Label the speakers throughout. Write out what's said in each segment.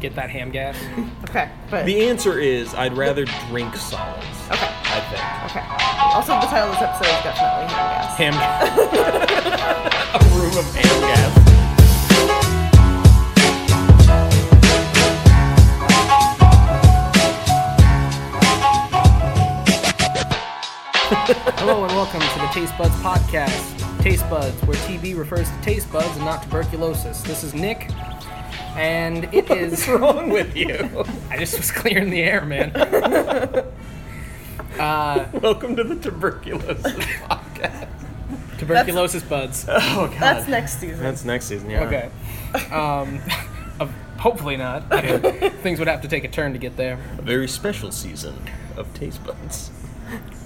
Speaker 1: get that ham gas.
Speaker 2: Okay, but
Speaker 3: The answer is I'd rather drink solids.
Speaker 2: okay,
Speaker 3: I think.
Speaker 2: okay. Also, the title of this episode is definitely ham gas.
Speaker 3: Ham. a room of ham gas.
Speaker 1: Hello and welcome to the Taste Buds podcast. Taste Buds, where TB refers to taste buds and not tuberculosis. This is Nick, and it is.
Speaker 3: What's wrong with you?
Speaker 1: I just was clearing the air, man. Uh,
Speaker 3: Welcome to the tuberculosis podcast.
Speaker 1: tuberculosis buds.
Speaker 3: Oh god.
Speaker 2: That's next season.
Speaker 3: That's next season. Yeah.
Speaker 1: Okay. Um, of- hopefully not. Things would have to take a turn to get there.
Speaker 3: A very special season of taste buds.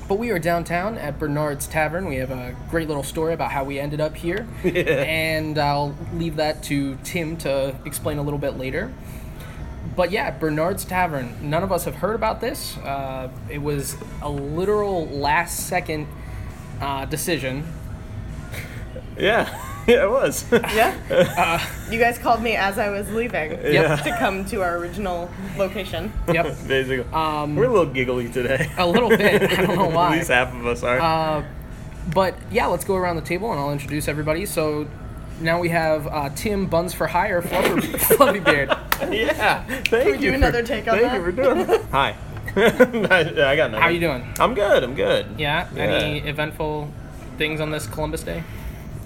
Speaker 1: But we are downtown at Bernard's Tavern. We have a great little story about how we ended up here. And I'll leave that to Tim to explain a little bit later. But yeah, Bernard's Tavern. None of us have heard about this. Uh, it was a literal last second uh, decision.
Speaker 3: Yeah. Yeah, it was.
Speaker 2: yeah.
Speaker 3: Uh.
Speaker 2: you guys called me as I was leaving
Speaker 1: Yep.
Speaker 2: to come to our original location.
Speaker 1: Yep.
Speaker 3: Basically. Um, We're a little giggly today.
Speaker 1: a little bit. I don't know why. Uh,
Speaker 3: At least half of us are.
Speaker 1: But yeah, let's go around the table and I'll introduce everybody. So now we have uh, Tim Buns for Hire, Fluffer, Fluffy Beard.
Speaker 3: yeah. Thank
Speaker 2: we
Speaker 3: you.
Speaker 2: do
Speaker 3: for-
Speaker 2: another take on
Speaker 3: Thank
Speaker 2: that?
Speaker 3: you for doing that. Hi. I, I got nothing.
Speaker 1: How you doing?
Speaker 3: I'm good. I'm good.
Speaker 1: Yeah? Any eventful things on this Columbus Day?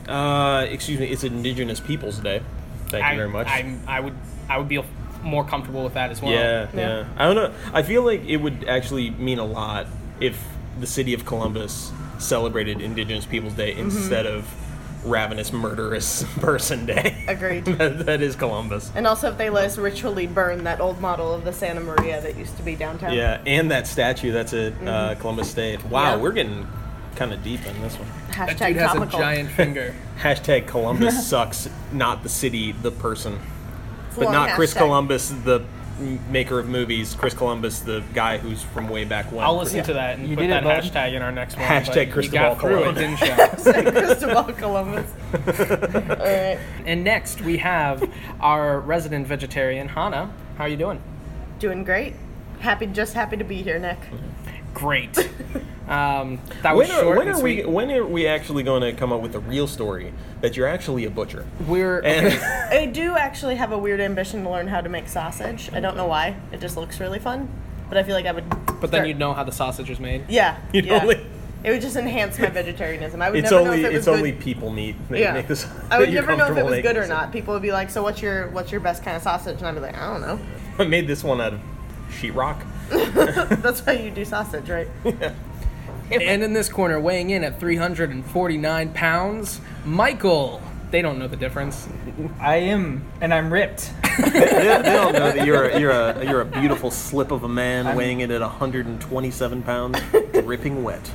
Speaker 3: Uh, excuse me. It's Indigenous Peoples Day. Thank
Speaker 1: I,
Speaker 3: you very much.
Speaker 1: I'm, I would I would be more comfortable with that as well.
Speaker 3: yeah,
Speaker 2: Yeah.
Speaker 3: yeah, I don't know. I feel like it would actually mean a lot if the city of Columbus celebrated Indigenous Peoples Day
Speaker 2: Mm-hmm.
Speaker 3: instead of Ravenous Murderous Person Day.
Speaker 2: Agreed.
Speaker 3: that, that is Columbus.
Speaker 2: And also, if they let us ritually burn that old model of the Santa Maria that used to be downtown.
Speaker 3: Yeah, and that statue that's at uh, Columbus State. Wow,
Speaker 2: Mm-hmm. Yeah.
Speaker 3: we're getting kind of deep in this one.
Speaker 1: That
Speaker 2: Hashtag
Speaker 1: dude has a
Speaker 2: topical.
Speaker 1: giant finger.
Speaker 3: Hashtag Columbus sucks, not the city, the person.
Speaker 2: It's a
Speaker 3: But
Speaker 2: long
Speaker 3: not Chris
Speaker 2: hashtag.
Speaker 3: Columbus, the m- maker of movies. Chris Columbus, the guy who's from way back when.
Speaker 1: I'll listen to that and
Speaker 4: You
Speaker 1: put
Speaker 4: did
Speaker 1: that
Speaker 4: it, bud.
Speaker 1: hashtag in our next one.
Speaker 3: Hashtag
Speaker 1: but you
Speaker 3: Cristobal
Speaker 1: got through it,
Speaker 3: Colon.
Speaker 1: didn't you?
Speaker 2: Cristobal Columbus. All right.
Speaker 1: and next we have our resident vegetarian, Hannah. How are you doing?
Speaker 2: Doing great. Happy, just happy to be here, Nick.
Speaker 1: Great. Um, that was
Speaker 3: When are,
Speaker 1: short
Speaker 3: when
Speaker 1: and
Speaker 3: are we?
Speaker 1: sweet.
Speaker 3: When are we actually going to come up with a real story that you're actually a butcher?
Speaker 1: We're
Speaker 3: And
Speaker 1: okay.
Speaker 2: I do actually have a weird ambition to learn how to make sausage. I don't know why. It just looks really fun. But I feel like I would.
Speaker 1: But then you'd know how the sausage was made.
Speaker 2: Yeah.
Speaker 3: You'd
Speaker 2: yeah.
Speaker 3: only-
Speaker 2: It would just enhance my vegetarianism. I would
Speaker 3: it's
Speaker 2: never
Speaker 3: only
Speaker 2: know if it was
Speaker 3: it's
Speaker 2: good.
Speaker 3: only people meat. That
Speaker 2: yeah.
Speaker 3: make this,
Speaker 2: I would
Speaker 3: that you're
Speaker 2: never know if it
Speaker 3: comfortable
Speaker 2: was good
Speaker 3: making.
Speaker 2: or not. People would be like, "So what's your what's your best kind of sausage?" And I'd be like, "I don't know."
Speaker 3: I made this one out of sheetrock.
Speaker 2: That's why you do sausage, right?
Speaker 1: And in this corner, weighing in at 349 pounds, Michael. They don't know the difference.
Speaker 4: I am, and I'm ripped.
Speaker 3: they, they don't know that you're a, you're a you're a beautiful slip of a man weighing in at 127 pounds, dripping wet.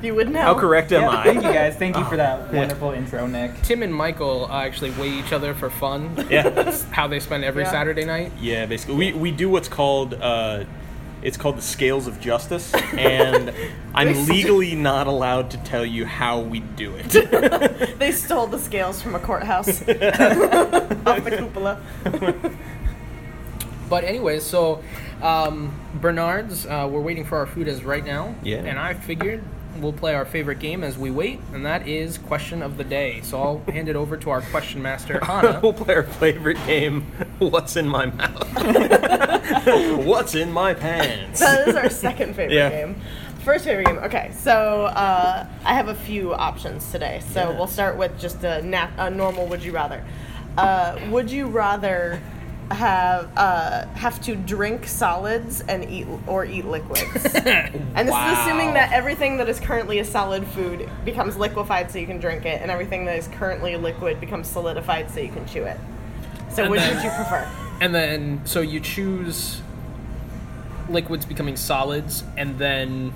Speaker 2: You would know.
Speaker 3: How correct am
Speaker 4: Yeah, Thank you
Speaker 3: I? Oh.
Speaker 4: guys. Thank you for that wonderful intro, Nick.
Speaker 1: Tim and Michael uh, actually weigh each other for fun.
Speaker 3: Yeah,
Speaker 1: How they spend every
Speaker 2: Yeah.
Speaker 1: Saturday night.
Speaker 3: yeah. Basically, we we do what's called. Uh, it's called the scales of justice, and I'm legally not allowed to tell you how we do it.
Speaker 2: They stole the scales from a courthouse off the cupola.
Speaker 1: But anyway, so um, Bernard's, uh, we're waiting for our food as right now.
Speaker 3: Yeah.
Speaker 1: And I figured we'll play our favorite game as we wait, and that is question of the day. So I'll hand it over to our question master, Hannah.
Speaker 3: we'll play our favorite game. What's in my mouth? what's in my pants?
Speaker 2: That is our second favorite
Speaker 3: Yeah.
Speaker 2: game. First favorite game. Okay, so uh, I have a few options today. So we'll start with just a, na- a normal would you rather. Uh, would you rather have uh, have to drink solids and eat or eat liquids? and this is assuming
Speaker 3: Wow.
Speaker 2: that everything that is currently a solid food becomes liquefied so you can drink it, and everything that is currently a liquid becomes solidified so you can chew it. So
Speaker 1: And
Speaker 2: which
Speaker 1: then-
Speaker 2: would you prefer?
Speaker 1: And then, so you choose liquids becoming solids, and then,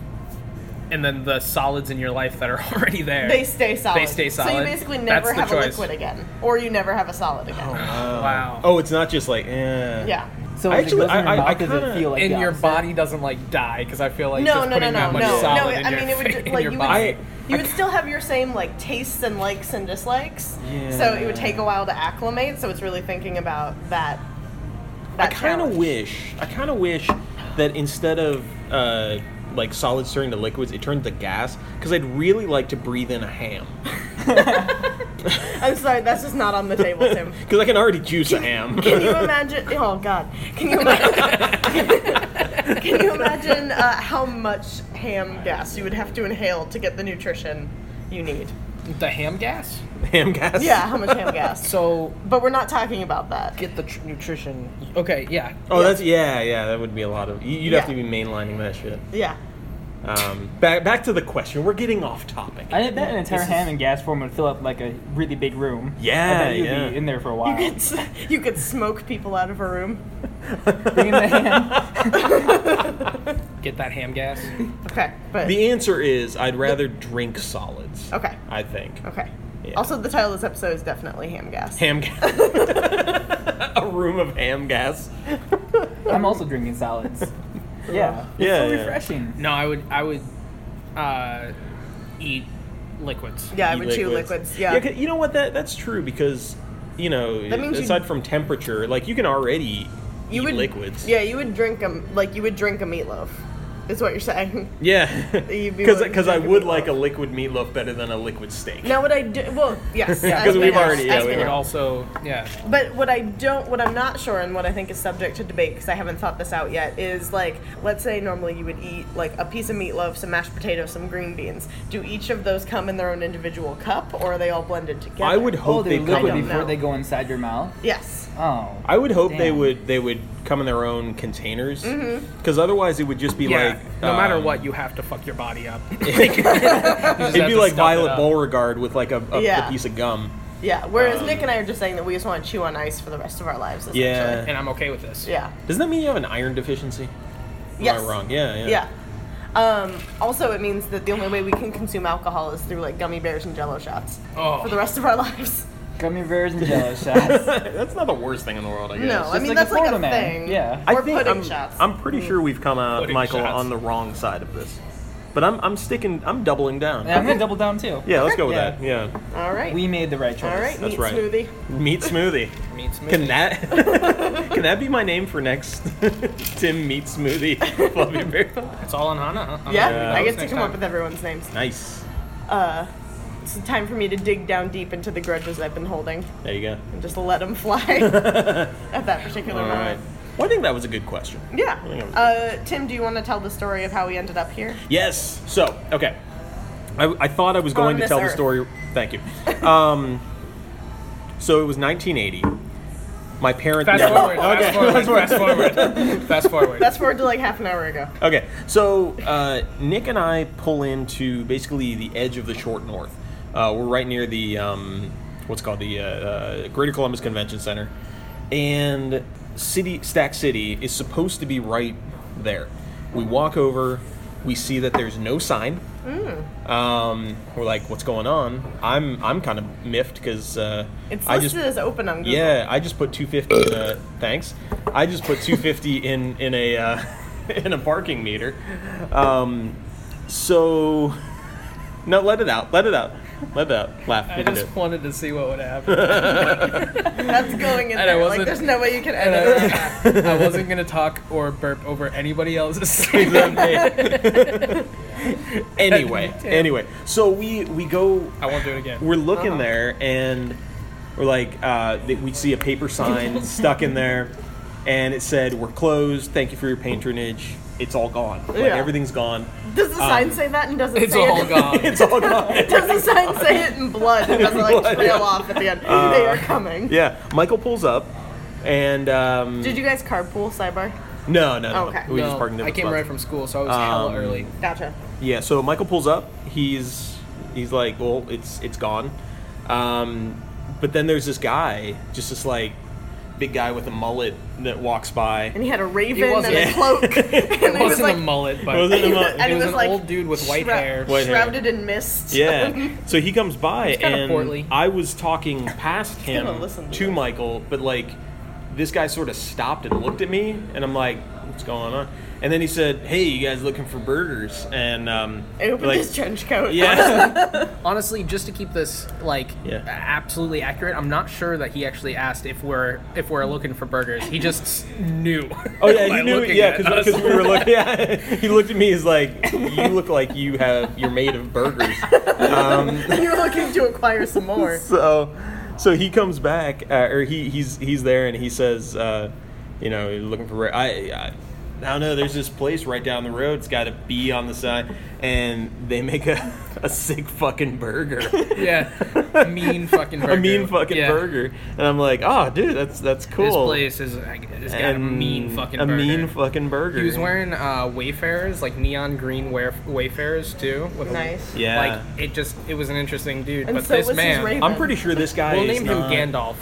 Speaker 1: and then the solids in your life that are already there.
Speaker 2: They stay solid.
Speaker 1: They stay
Speaker 2: So you
Speaker 1: solid.
Speaker 2: basically
Speaker 1: That's
Speaker 2: never
Speaker 1: the
Speaker 2: have a
Speaker 1: choice.
Speaker 2: liquid again, or you never have a solid again.
Speaker 1: wow.
Speaker 3: Oh, it's not just like
Speaker 1: Oh.
Speaker 3: eh.
Speaker 2: Yeah.
Speaker 4: So
Speaker 3: I
Speaker 4: as
Speaker 3: actually-
Speaker 4: it goes in your
Speaker 3: I- I-
Speaker 4: mouth,
Speaker 3: I
Speaker 4: does
Speaker 3: kinda-
Speaker 4: it feel like
Speaker 1: and
Speaker 4: the
Speaker 1: your
Speaker 4: opposite?
Speaker 1: body doesn't like die because I feel like
Speaker 2: No,
Speaker 1: just
Speaker 2: no, no,
Speaker 1: putting
Speaker 2: no,
Speaker 1: that much
Speaker 2: no,
Speaker 1: solid
Speaker 2: no.
Speaker 1: in
Speaker 2: I
Speaker 1: your
Speaker 2: mean, it would
Speaker 1: fa-
Speaker 2: just
Speaker 1: in
Speaker 2: like
Speaker 1: your
Speaker 2: you would.
Speaker 1: body.
Speaker 3: I
Speaker 2: you would still have your same like tastes and likes and dislikes. So it would take a while to acclimate. So it's really thinking about that.
Speaker 3: I
Speaker 2: that
Speaker 3: kind of
Speaker 2: challenge.
Speaker 3: wish. I kind of wish that instead of uh, like solids turning to liquids, it turned to gas. Because I'd really like to breathe in a ham.
Speaker 2: I'm sorry, that's just not on the table, Tim.
Speaker 3: Because I can already juice a ham.
Speaker 2: Can you imagine? Oh God! Can you imagine? can you imagine uh, how much ham gas you would have to inhale to get the nutrition you need?
Speaker 1: The ham gas.
Speaker 3: ham gas.
Speaker 2: Yeah, how much ham gas?
Speaker 1: So
Speaker 2: But we're not talking about that.
Speaker 1: get the tr- nutrition. Okay, yeah.
Speaker 3: Oh, that's yeah, yeah. That would be a lot of. you- You'd have to
Speaker 2: Yeah.
Speaker 3: be mainlining that shit.
Speaker 2: Yeah.
Speaker 3: Um, back back to the question. We're getting off topic.
Speaker 4: I bet an entire
Speaker 1: This
Speaker 4: ham and gas form would fill up like a really big room.
Speaker 3: Yeah,
Speaker 4: I bet you'd
Speaker 3: yeah.
Speaker 4: be in there for a while.
Speaker 2: It's, you could smoke people out of a room.
Speaker 4: Bring in the ham.
Speaker 1: Get that ham gas.
Speaker 2: Okay, but
Speaker 3: The answer is I'd rather drink solids.
Speaker 2: okay,
Speaker 3: I think.
Speaker 2: okay.
Speaker 3: Yeah.
Speaker 2: Also, the title of this episode is definitely ham gas.
Speaker 3: Ham gas. a room of ham gas. e
Speaker 4: I'm also drinking salads. Yeah. It's
Speaker 3: Yeah,
Speaker 4: so
Speaker 3: yeah.
Speaker 4: refreshing.
Speaker 1: No, I would. I would uh, eat liquids.
Speaker 2: yeah, I
Speaker 3: eat
Speaker 2: would chew liquids. Yeah.
Speaker 3: 'cause you know what? That that's true because you know
Speaker 2: That means you-
Speaker 3: aside from temperature, like you can already
Speaker 2: you
Speaker 3: eat
Speaker 2: would
Speaker 3: liquids.
Speaker 2: Yeah, you would drink them like you would drink a meatloaf. Is what you're saying.
Speaker 3: Yeah.
Speaker 2: You'd be
Speaker 3: Because
Speaker 2: willing to
Speaker 3: because I
Speaker 2: drink a
Speaker 3: would
Speaker 2: meatloaf.
Speaker 3: like a liquid meatloaf better than a liquid steak.
Speaker 2: Now, what I do? Well, yes,
Speaker 1: Yeah,
Speaker 2: as
Speaker 1: 'cause
Speaker 3: we've
Speaker 2: been-
Speaker 3: already- yeah,
Speaker 2: as
Speaker 3: we
Speaker 1: It
Speaker 2: been-
Speaker 1: would also. Yeah.
Speaker 2: But what I don't, what I'm not sure, and what I think is subject to debate because I haven't thought this out yet, is like, let's say normally you would eat like a piece of meatloaf, some mashed potatoes, some green beans. Do each of those come in their own individual cup, or are they all blended together?
Speaker 3: I would
Speaker 4: Oh,
Speaker 3: hope
Speaker 4: they
Speaker 3: they come
Speaker 4: liquid
Speaker 2: don't
Speaker 3: in
Speaker 4: before
Speaker 2: know.
Speaker 4: they go inside your mouth.
Speaker 2: Yes.
Speaker 4: Oh.
Speaker 3: I would hope they
Speaker 4: Damn.
Speaker 3: would they would come in their own containers because
Speaker 2: Mm-hmm.
Speaker 3: otherwise it would just be
Speaker 1: Yeah.
Speaker 3: like
Speaker 1: no matter
Speaker 3: um,
Speaker 1: what, you have to fuck your body up.
Speaker 3: it'd be like Violet Beauregard with like a, a, a
Speaker 2: Yeah.
Speaker 3: piece of gum.
Speaker 2: Yeah. Whereas Nick and I are just saying that we just want to chew on ice for the rest of our lives. Essentially.
Speaker 3: Yeah.
Speaker 1: And I'm okay with this.
Speaker 2: Yeah.
Speaker 3: Doesn't that mean you have an iron deficiency? Am
Speaker 2: Yes.
Speaker 3: I wrong? Yeah, yeah.
Speaker 2: Yeah. Um, also, it means that the only way we can consume alcohol is through like gummy bears and Jello shots
Speaker 1: Oh.
Speaker 2: for the rest of our lives.
Speaker 4: Gummy bears and jello shots.
Speaker 3: that's not the worst thing in the world, I guess.
Speaker 2: No, I
Speaker 4: It's
Speaker 2: mean
Speaker 4: like a
Speaker 2: that's like a
Speaker 4: Florida man.
Speaker 2: thing.
Speaker 4: Yeah.
Speaker 2: Or
Speaker 3: I think
Speaker 2: pudding
Speaker 3: I'm,
Speaker 2: shots. Mm.
Speaker 3: I'm pretty sure we've come out,
Speaker 1: Pudding
Speaker 3: Michael,
Speaker 1: shots.
Speaker 3: on the wrong side of this. But I'm, I'm sticking, I'm doubling down.
Speaker 4: And I'm gonna double down too.
Speaker 3: Yeah, let's go with
Speaker 4: Yeah.
Speaker 3: that. Yeah.
Speaker 2: All right.
Speaker 4: We made the right choice.
Speaker 2: All right.
Speaker 3: That's
Speaker 2: meat
Speaker 3: right.
Speaker 2: smoothie.
Speaker 3: Meat smoothie.
Speaker 1: Meat smoothie.
Speaker 3: Can that can that be my name for next Tim Meat Smoothie Fluffy Bear?
Speaker 1: It's all on Hana. huh?
Speaker 2: Yeah,
Speaker 3: Yeah.
Speaker 1: That
Speaker 2: I
Speaker 1: was
Speaker 2: get to
Speaker 1: next
Speaker 2: come
Speaker 1: time.
Speaker 2: up with everyone's names.
Speaker 3: Nice.
Speaker 2: Uh, it's time for me to dig down deep into the grudges I've been holding
Speaker 3: There you go.
Speaker 2: and just let them fly at that particular
Speaker 3: All right.
Speaker 2: moment.
Speaker 3: Well, I think that was a good question.
Speaker 2: Yeah.
Speaker 3: I think it was-
Speaker 2: Uh, Tim, do you want to tell the story of how we ended up here?
Speaker 3: Yes. So, okay. I, I thought I was going to
Speaker 2: this
Speaker 3: tell
Speaker 2: earth.
Speaker 3: the story. Thank you. Um, so it was 1980. My parents.
Speaker 1: Fast forward.
Speaker 3: Okay.
Speaker 1: Fast forward. Fast forward. Fast forward.
Speaker 2: Fast forward to like half an hour ago.
Speaker 3: Okay, so uh, Nick and I pull into basically the edge of the short north. Uh, we're right near the um, what's called the uh, uh, Greater Columbus Convention Center, and City Stack City is supposed to be right there. We walk over, we see that there's no sign. Um, we're like, "What's going on?" I'm I'm kind of miffed because uh,
Speaker 2: It's
Speaker 3: I
Speaker 2: listed
Speaker 3: just
Speaker 2: as open on Google.
Speaker 3: yeah, I just put 250 in a thanks. I just put 250 in in a uh, in a parking meter. Um, so no, let it out. Let it out. Let it out. Laugh.
Speaker 1: I
Speaker 3: We can do
Speaker 1: just
Speaker 3: it.
Speaker 1: wanted to see what would happen.
Speaker 2: That's going in
Speaker 1: And I
Speaker 2: there. Like,
Speaker 1: wasn't-
Speaker 2: there's no way you can
Speaker 1: And
Speaker 2: edit around that.
Speaker 1: I, I wasn't gonna talk or burp over anybody else's. statement.
Speaker 3: Exactly. anyway,
Speaker 1: Damn.
Speaker 3: anyway. So we we go
Speaker 1: I won't do it again.
Speaker 3: we're looking
Speaker 2: Uh-huh.
Speaker 3: there and we're like uh, that we see a paper sign stuck in there and it said we're closed thank you for your patronage it's all gone like
Speaker 2: Yeah.
Speaker 3: everything's gone
Speaker 2: Does the sign say that and doesn't
Speaker 1: Ah. it's
Speaker 2: say
Speaker 1: all
Speaker 2: it?
Speaker 1: gone.
Speaker 3: it's all gone
Speaker 2: Does the sign say it in blood? It doesn't like
Speaker 3: blood,
Speaker 2: trail
Speaker 3: yeah.
Speaker 2: off at the end. they are coming.
Speaker 3: Uh, yeah michael pulls up and um,
Speaker 2: Did you guys carpool? Sidebar.
Speaker 3: no no no
Speaker 2: Oh, Okay.
Speaker 3: we
Speaker 1: No,
Speaker 3: just parked in
Speaker 1: I
Speaker 3: different
Speaker 1: came
Speaker 3: spots.
Speaker 1: right from school, so I was hella
Speaker 3: Um,
Speaker 1: early.
Speaker 2: Gotcha.
Speaker 3: Yeah, so Michael pulls up. He's he's like, well, it's it's gone. Um, but then there's this guy, just this like big guy with a mullet that walks by.
Speaker 2: And he had a raven and
Speaker 1: wasn't-
Speaker 2: a cloak. and
Speaker 1: It
Speaker 2: he was
Speaker 1: wasn't
Speaker 2: like
Speaker 1: a mullet, but
Speaker 3: It wasn't a
Speaker 2: And
Speaker 3: mullet.
Speaker 2: and
Speaker 1: He
Speaker 2: it
Speaker 1: was
Speaker 2: was
Speaker 1: an
Speaker 2: like
Speaker 1: old dude with white
Speaker 2: shroud-
Speaker 1: hair.
Speaker 3: White hair.
Speaker 2: shrouded in mist.
Speaker 3: yeah. So he comes by
Speaker 1: kinda
Speaker 3: and
Speaker 1: portly.
Speaker 3: I was talking past him
Speaker 2: gonna listen to
Speaker 3: to
Speaker 2: this.
Speaker 3: Michael, but like this guy sort of stopped and looked at me, and I'm like, "What's going on?" And then he said, "Hey, you guys looking for burgers?" And um,
Speaker 2: I opened
Speaker 3: like,
Speaker 2: his trench coat.
Speaker 3: yeah,
Speaker 1: Honestly, just to keep this like
Speaker 3: Yeah.
Speaker 1: absolutely accurate, I'm not sure that he actually asked if we're if we're looking for burgers. He just knew.
Speaker 3: oh yeah,
Speaker 1: by
Speaker 3: he knew,
Speaker 1: looking
Speaker 3: yeah,
Speaker 1: at us.
Speaker 3: because we were looking. Yeah, he looked at me. He's like, "You look like you have you're made of burgers." Um,
Speaker 2: You're looking to acquire some more.
Speaker 3: so so he comes back uh, or he he's he's there and he says uh, you know looking for I, I I don't know there's this place right down the road it's got a B on the side and they make a, a sick fucking burger
Speaker 1: yeah, mean fucking burger.
Speaker 3: a mean fucking
Speaker 1: Yeah.
Speaker 3: burger and I'm like oh dude that's that's cool
Speaker 1: This place is it's got a mean fucking
Speaker 3: a
Speaker 1: burger.
Speaker 3: mean fucking burger
Speaker 1: He was wearing uh, Wayfarers, like neon green wear- Wayfarers too. with a-
Speaker 2: Nice.
Speaker 3: yeah
Speaker 1: Like it just it was an interesting dude,
Speaker 2: And
Speaker 1: but
Speaker 2: so
Speaker 1: this
Speaker 2: was his
Speaker 1: man.
Speaker 2: raven.
Speaker 3: I'm pretty sure this guy
Speaker 1: We'll
Speaker 3: is
Speaker 1: name him
Speaker 3: not-
Speaker 1: Gandalf.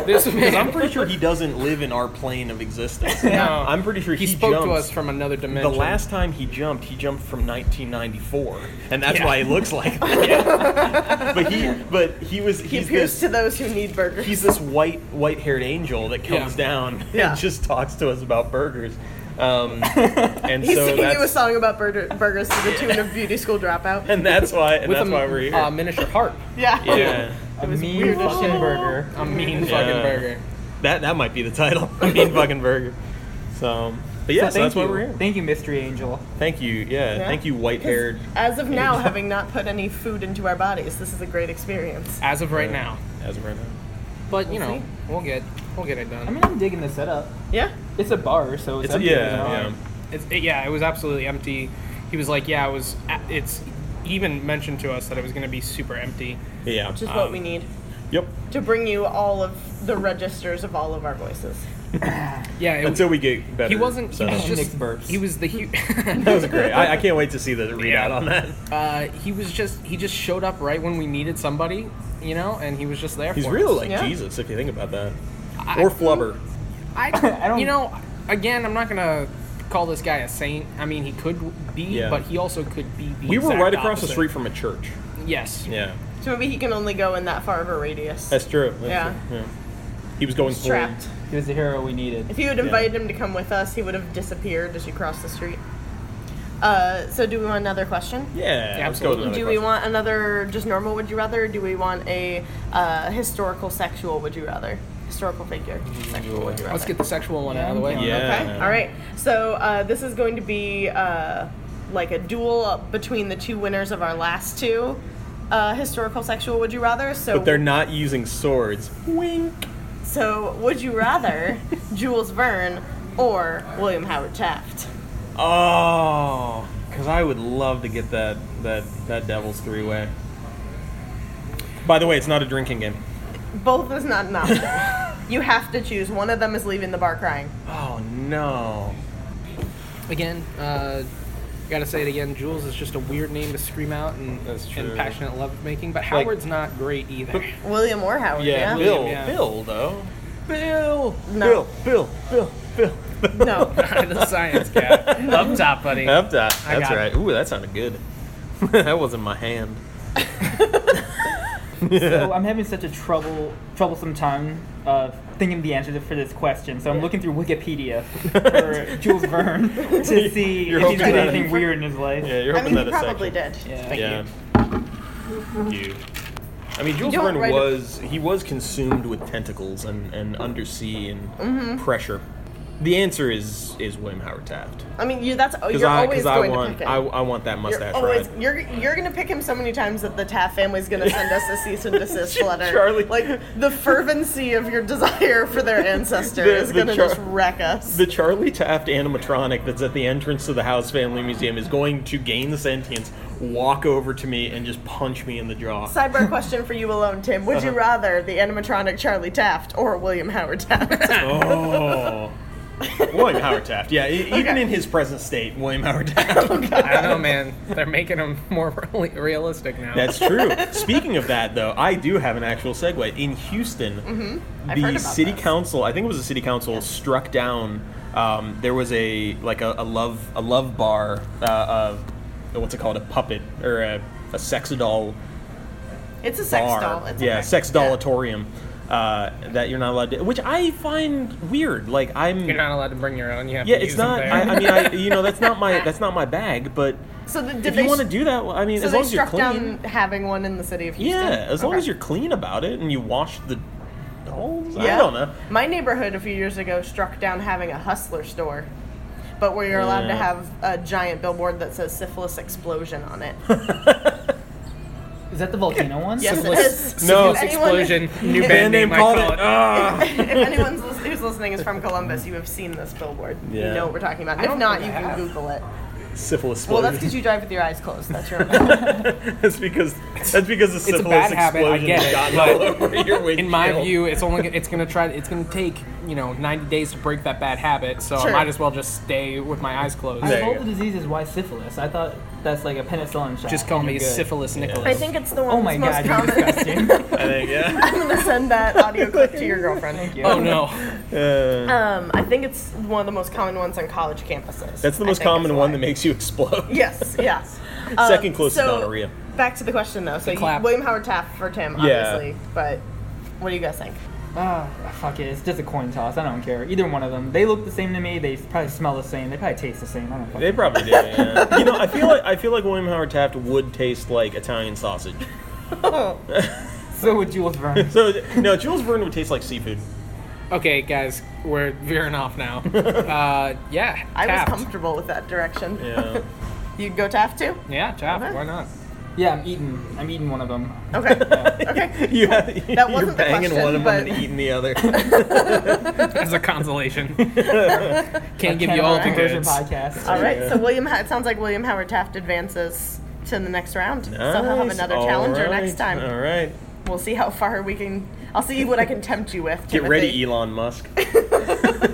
Speaker 1: This
Speaker 3: 'Cause
Speaker 1: man-
Speaker 3: I'm pretty sure he doesn't live in our plane of existence
Speaker 1: No.
Speaker 3: I'm pretty sure
Speaker 1: he,
Speaker 3: he,
Speaker 1: spoke to
Speaker 3: jumps
Speaker 1: us from another
Speaker 3: The
Speaker 1: dimension.
Speaker 3: last time he jumped, he jumped from 1994, and that's
Speaker 1: Yeah.
Speaker 3: why he looks like that. but he, but he was
Speaker 2: He
Speaker 3: he's
Speaker 2: appears
Speaker 3: this
Speaker 2: to those who need burgers.
Speaker 3: he's this white white haired angel that comes
Speaker 1: Yeah.
Speaker 3: down
Speaker 2: Yeah.
Speaker 3: and just talks to us about burgers. Um, and
Speaker 2: He's
Speaker 3: so
Speaker 2: singing you a
Speaker 3: that's
Speaker 2: song about burger, burgers to the tune of Beauty School Dropout.
Speaker 3: and that's why and
Speaker 1: with
Speaker 3: that's
Speaker 1: a um,
Speaker 3: why we're here.
Speaker 1: Uh, miniature harp.
Speaker 2: Yeah.
Speaker 3: yeah,
Speaker 1: A mean
Speaker 2: weird as
Speaker 1: fucking
Speaker 2: shit.
Speaker 1: burger. A mean
Speaker 3: Yeah.
Speaker 1: fucking burger.
Speaker 3: that that might be the title. I mean, fucking burger. So, but yeah, so,
Speaker 4: thank
Speaker 3: that's
Speaker 4: you.
Speaker 3: why we're here.
Speaker 4: Thank you, Mystery Angel.
Speaker 3: Thank you, yeah,
Speaker 2: Yeah.
Speaker 3: thank you, white haired.
Speaker 2: As of now, having not put any food into our bodies, this is a great experience.
Speaker 1: As of right now,
Speaker 3: As of right now.
Speaker 1: but you know
Speaker 2: see.
Speaker 1: we'll get we'll get it
Speaker 4: I
Speaker 1: done.
Speaker 4: mean, I'm digging the setup.
Speaker 2: Yeah.
Speaker 4: It's a bar, so it's,
Speaker 3: It's a,
Speaker 4: empty as
Speaker 3: yeah,
Speaker 4: hell.
Speaker 3: yeah.
Speaker 1: It's, it, yeah, it was absolutely empty. He was like, yeah, it was. It's he even mentioned to us that it was going to be super empty.
Speaker 3: Yeah.
Speaker 2: Which is what
Speaker 1: Um,
Speaker 2: we need
Speaker 3: Yep.
Speaker 2: to bring you all of the registers of all of our voices.
Speaker 1: Yeah, it
Speaker 3: Until we get better.
Speaker 1: He wasn't. He
Speaker 3: set
Speaker 1: was
Speaker 3: up.
Speaker 1: just.
Speaker 4: Nick burps.
Speaker 1: He was the. Hu-
Speaker 3: That was great. I, I can't wait to see the readout
Speaker 1: Yeah.
Speaker 3: on that.
Speaker 1: uh, he was just. He just showed up right when we needed somebody, you know, and he was just there.
Speaker 3: He's
Speaker 1: for
Speaker 3: really
Speaker 1: us.
Speaker 3: like
Speaker 2: Yeah.
Speaker 3: Jesus if you think about that.
Speaker 1: I-
Speaker 3: or Flubber.
Speaker 1: I,
Speaker 4: I don't-
Speaker 1: You know, again, I'm not gonna call this guy a saint. I mean, he could be,
Speaker 3: Yeah.
Speaker 1: but he also could be. The
Speaker 3: We were
Speaker 1: exact
Speaker 3: right across the
Speaker 1: opposite.
Speaker 3: street from a church.
Speaker 1: Yes.
Speaker 3: Yeah,
Speaker 2: So maybe he can only go in that far of a radius.
Speaker 3: that's true. That's
Speaker 2: Yeah.
Speaker 3: true. yeah. He was going
Speaker 2: He's trapped.
Speaker 3: forward.
Speaker 4: He was the hero we needed.
Speaker 2: If you had invited him to come with us, he would have disappeared as you crossed the street. Uh, so, do we want another question?
Speaker 3: Yeah,
Speaker 1: Yeah,
Speaker 3: let's go to
Speaker 1: absolutely.
Speaker 3: another
Speaker 2: Do we
Speaker 3: question.
Speaker 2: want another just normal would you rather? Or do we want a uh, historical sexual would you rather? Historical figure. Sexual would you rather?
Speaker 1: Let's get the sexual one out of the way.
Speaker 3: Yeah.
Speaker 2: Okay. All right. So uh, this is going to be uh, like a duel between the two winners of our last two uh, historical sexual would you rather. So
Speaker 3: But they're not using swords.
Speaker 2: wink. So would you rather Jules Verne or William Howard Taft?
Speaker 3: Oh, because I would love to get that that that Devil's three way. By the way, it's not a drinking game.
Speaker 2: Both is not an option. you have to choose. One of them is leaving the bar crying.
Speaker 3: Oh no.
Speaker 1: Again, uh, gotta say it again. Jules is just a weird name to scream out and,
Speaker 3: That's true.
Speaker 1: and passionate love making, but
Speaker 3: Like-
Speaker 1: Howard's not great either.
Speaker 2: William or Howard? Yeah.
Speaker 3: Yeah,
Speaker 1: William,
Speaker 3: Bill.
Speaker 1: yeah.
Speaker 3: Bill though. Bill.
Speaker 2: No.
Speaker 3: Bill. Bill. Bill. Bill.
Speaker 2: No.
Speaker 1: the science guy. Up top, buddy.
Speaker 3: Up top.
Speaker 1: I
Speaker 3: That's
Speaker 1: got
Speaker 3: right. Ooh, that sounded good. that wasn't my hand. yeah.
Speaker 4: So I'm having such a trouble, troublesome time uh, thinking the answer for this question. So I'm looking through Wikipedia for Jules Verne to see
Speaker 3: You're
Speaker 4: if he's
Speaker 3: hoping
Speaker 4: did
Speaker 3: that-
Speaker 4: anything weird in his life.
Speaker 3: yeah, you're
Speaker 2: I
Speaker 3: hoping
Speaker 2: mean, he
Speaker 3: that it's
Speaker 2: probably did.
Speaker 4: Yeah.
Speaker 1: Thank
Speaker 3: Yeah.
Speaker 1: you.
Speaker 3: You. I mean, Jules
Speaker 2: You don't
Speaker 3: Verne
Speaker 2: write a-
Speaker 3: was he was consumed with tentacles and, and undersea and
Speaker 2: Mm-hmm.
Speaker 3: pressure. The answer is is William Howard Taft
Speaker 2: I mean, you, that's
Speaker 3: because
Speaker 2: you're
Speaker 3: I
Speaker 2: always
Speaker 3: because I
Speaker 2: going to
Speaker 3: want
Speaker 2: pick it.
Speaker 3: I, I want that
Speaker 2: You're
Speaker 3: mustache
Speaker 2: always
Speaker 3: ride.
Speaker 2: you're you're gonna pick him so many times that the Taft family's gonna send us a cease and desist letter.
Speaker 3: Charlie.
Speaker 2: like the fervency of your desire for their ancestor
Speaker 3: The-
Speaker 2: is
Speaker 3: the
Speaker 2: gonna
Speaker 3: Char-
Speaker 2: just wreck us.
Speaker 3: The Charlie Taft animatronic that's at the entrance to the House Family Museum is going to gain sentience, walk over to me, and just punch me in the jaw.
Speaker 2: Sidebar question for you alone, Tim: Would you
Speaker 3: Uh-huh.
Speaker 2: rather the animatronic Charlie Taft or William Howard Taft?
Speaker 3: Oh. William Howard Taft. Yeah, e- even
Speaker 2: Okay.
Speaker 3: in his present state, William Howard Taft.
Speaker 1: I don't know, man. They're making him more really realistic now.
Speaker 3: That's true. Speaking of that, though, I do have an actual segue. In Houston,
Speaker 2: Mm-hmm. I've heard
Speaker 3: the
Speaker 2: about
Speaker 3: city
Speaker 2: this.
Speaker 3: council, I think it was the city council, struck down. Um, there was a like a, a love a love bar, uh, uh, what's it called, a puppet or a, a sex doll
Speaker 2: it's a sex
Speaker 3: bar.
Speaker 2: doll. It's
Speaker 3: yeah,
Speaker 2: okay.
Speaker 3: sex dollatorium. uh, that you're not allowed to, which I find weird. Like I'm,
Speaker 1: You're not allowed to bring your own. You have
Speaker 3: yeah,
Speaker 1: to
Speaker 3: it's
Speaker 1: use them
Speaker 3: not.
Speaker 1: there.
Speaker 3: I, I mean, I, you know, that's not my that's not my bag. But
Speaker 2: So the, did
Speaker 3: if
Speaker 2: they
Speaker 3: you want to
Speaker 2: s-
Speaker 3: do that, well, I mean,
Speaker 2: so
Speaker 3: as
Speaker 2: they
Speaker 3: long as you're
Speaker 2: struck
Speaker 3: clean,
Speaker 2: down having one in the city of Houston.
Speaker 3: yeah, as long
Speaker 2: Okay.
Speaker 3: as you're clean about it and you wash the holes.
Speaker 2: Yeah.
Speaker 3: I don't know.
Speaker 2: My neighborhood a few years ago struck down having a hustler store, but where you're allowed to
Speaker 3: Yeah.
Speaker 2: have a giant billboard that says syphilis explosion on it.
Speaker 4: Is that the volcano one?
Speaker 2: Yes, it
Speaker 1: Syphilis-
Speaker 2: is.
Speaker 3: No.
Speaker 1: syphilis
Speaker 2: Anyone-
Speaker 1: explosion. New band,
Speaker 3: Band name
Speaker 1: I
Speaker 3: called
Speaker 1: call
Speaker 3: it. Ah.
Speaker 2: if anyone who's listening is from Columbus, you have seen this billboard. You
Speaker 3: Yeah.
Speaker 2: know what we're talking about.
Speaker 1: don't
Speaker 2: If not,
Speaker 1: think
Speaker 2: you
Speaker 1: I
Speaker 2: can
Speaker 1: have.
Speaker 2: Google it.
Speaker 3: syphilis.
Speaker 2: Well, that's
Speaker 3: explosion.
Speaker 2: because you drive with your eyes closed. That's your
Speaker 3: that's because that's because the
Speaker 1: a
Speaker 3: syphilis
Speaker 1: bad
Speaker 3: explosion
Speaker 1: habit, I get it,
Speaker 3: gotten
Speaker 1: but
Speaker 3: all over your
Speaker 1: In my
Speaker 3: windshield.
Speaker 1: view, it's only it's gonna try. It's gonna take you know 90 days to break that bad habit. So
Speaker 2: Sure.
Speaker 1: I might as well just stay with my eyes closed.
Speaker 4: I
Speaker 3: There you
Speaker 4: thought
Speaker 3: go.
Speaker 4: the disease is why syphilis. I thought that's like a penicillin shot.
Speaker 1: Just call
Speaker 4: and
Speaker 1: me
Speaker 4: you're good.
Speaker 1: syphilis Nicholas.
Speaker 2: I think it's the one
Speaker 4: Oh my
Speaker 2: that's
Speaker 4: god, you're
Speaker 2: most common.
Speaker 4: disgusting.
Speaker 3: I think yeah.
Speaker 2: I'm gonna send that audio clip to your girlfriend.
Speaker 4: Yeah.
Speaker 1: Oh no.
Speaker 2: Um, I think it's one of the most common ones on college campuses.
Speaker 3: That's the
Speaker 2: I
Speaker 3: most
Speaker 2: think
Speaker 3: common
Speaker 2: is
Speaker 3: one
Speaker 2: why.
Speaker 3: that makes you explode.
Speaker 2: Yes, yes. Um,
Speaker 3: Second closest
Speaker 2: so-
Speaker 3: gonorrhea.
Speaker 2: Back to the question though. So you,
Speaker 1: clap.
Speaker 2: William Howard Taft for Tim,
Speaker 3: Yeah.
Speaker 2: obviously. But what do you guys think?
Speaker 4: Ah, fuck it. It's just a coin toss. I don't care. Either one of them. They look the same to me. They probably smell the same. They probably taste the same. I don't fucking.
Speaker 3: They probably do. Yeah. you know, I feel like I feel like William Howard Taft would taste like Italian sausage.
Speaker 4: So would Jules Verne.
Speaker 3: So no, Jules Verne would taste like seafood.
Speaker 1: Okay, guys, we're veering off now. Uh, yeah,
Speaker 2: I was
Speaker 1: Taft.
Speaker 2: comfortable with that direction.
Speaker 3: Yeah.
Speaker 2: You'd go Taft too?
Speaker 1: Yeah, Taft.
Speaker 2: Okay.
Speaker 1: Why not?
Speaker 4: yeah, I'm eating. I'm eating one of them.
Speaker 2: Okay. okay.
Speaker 3: you have, you're
Speaker 2: wasn't the
Speaker 3: banging
Speaker 2: question,
Speaker 3: one of
Speaker 2: but-
Speaker 3: them and eating the other.
Speaker 1: As a consolation,
Speaker 4: A
Speaker 1: can't give you all the
Speaker 4: cannibal version
Speaker 1: goods.
Speaker 4: podcast.
Speaker 2: All right. So William, Ha- it sounds like William Howard Taft advances to the next round. So he'll have
Speaker 3: Nice.
Speaker 2: another
Speaker 3: All
Speaker 2: challenger
Speaker 3: right.
Speaker 2: next time.
Speaker 3: All right.
Speaker 2: We'll see how far we can. I'll see what I can tempt you with.
Speaker 3: Get
Speaker 2: Timothy.
Speaker 3: ready, Elon Musk.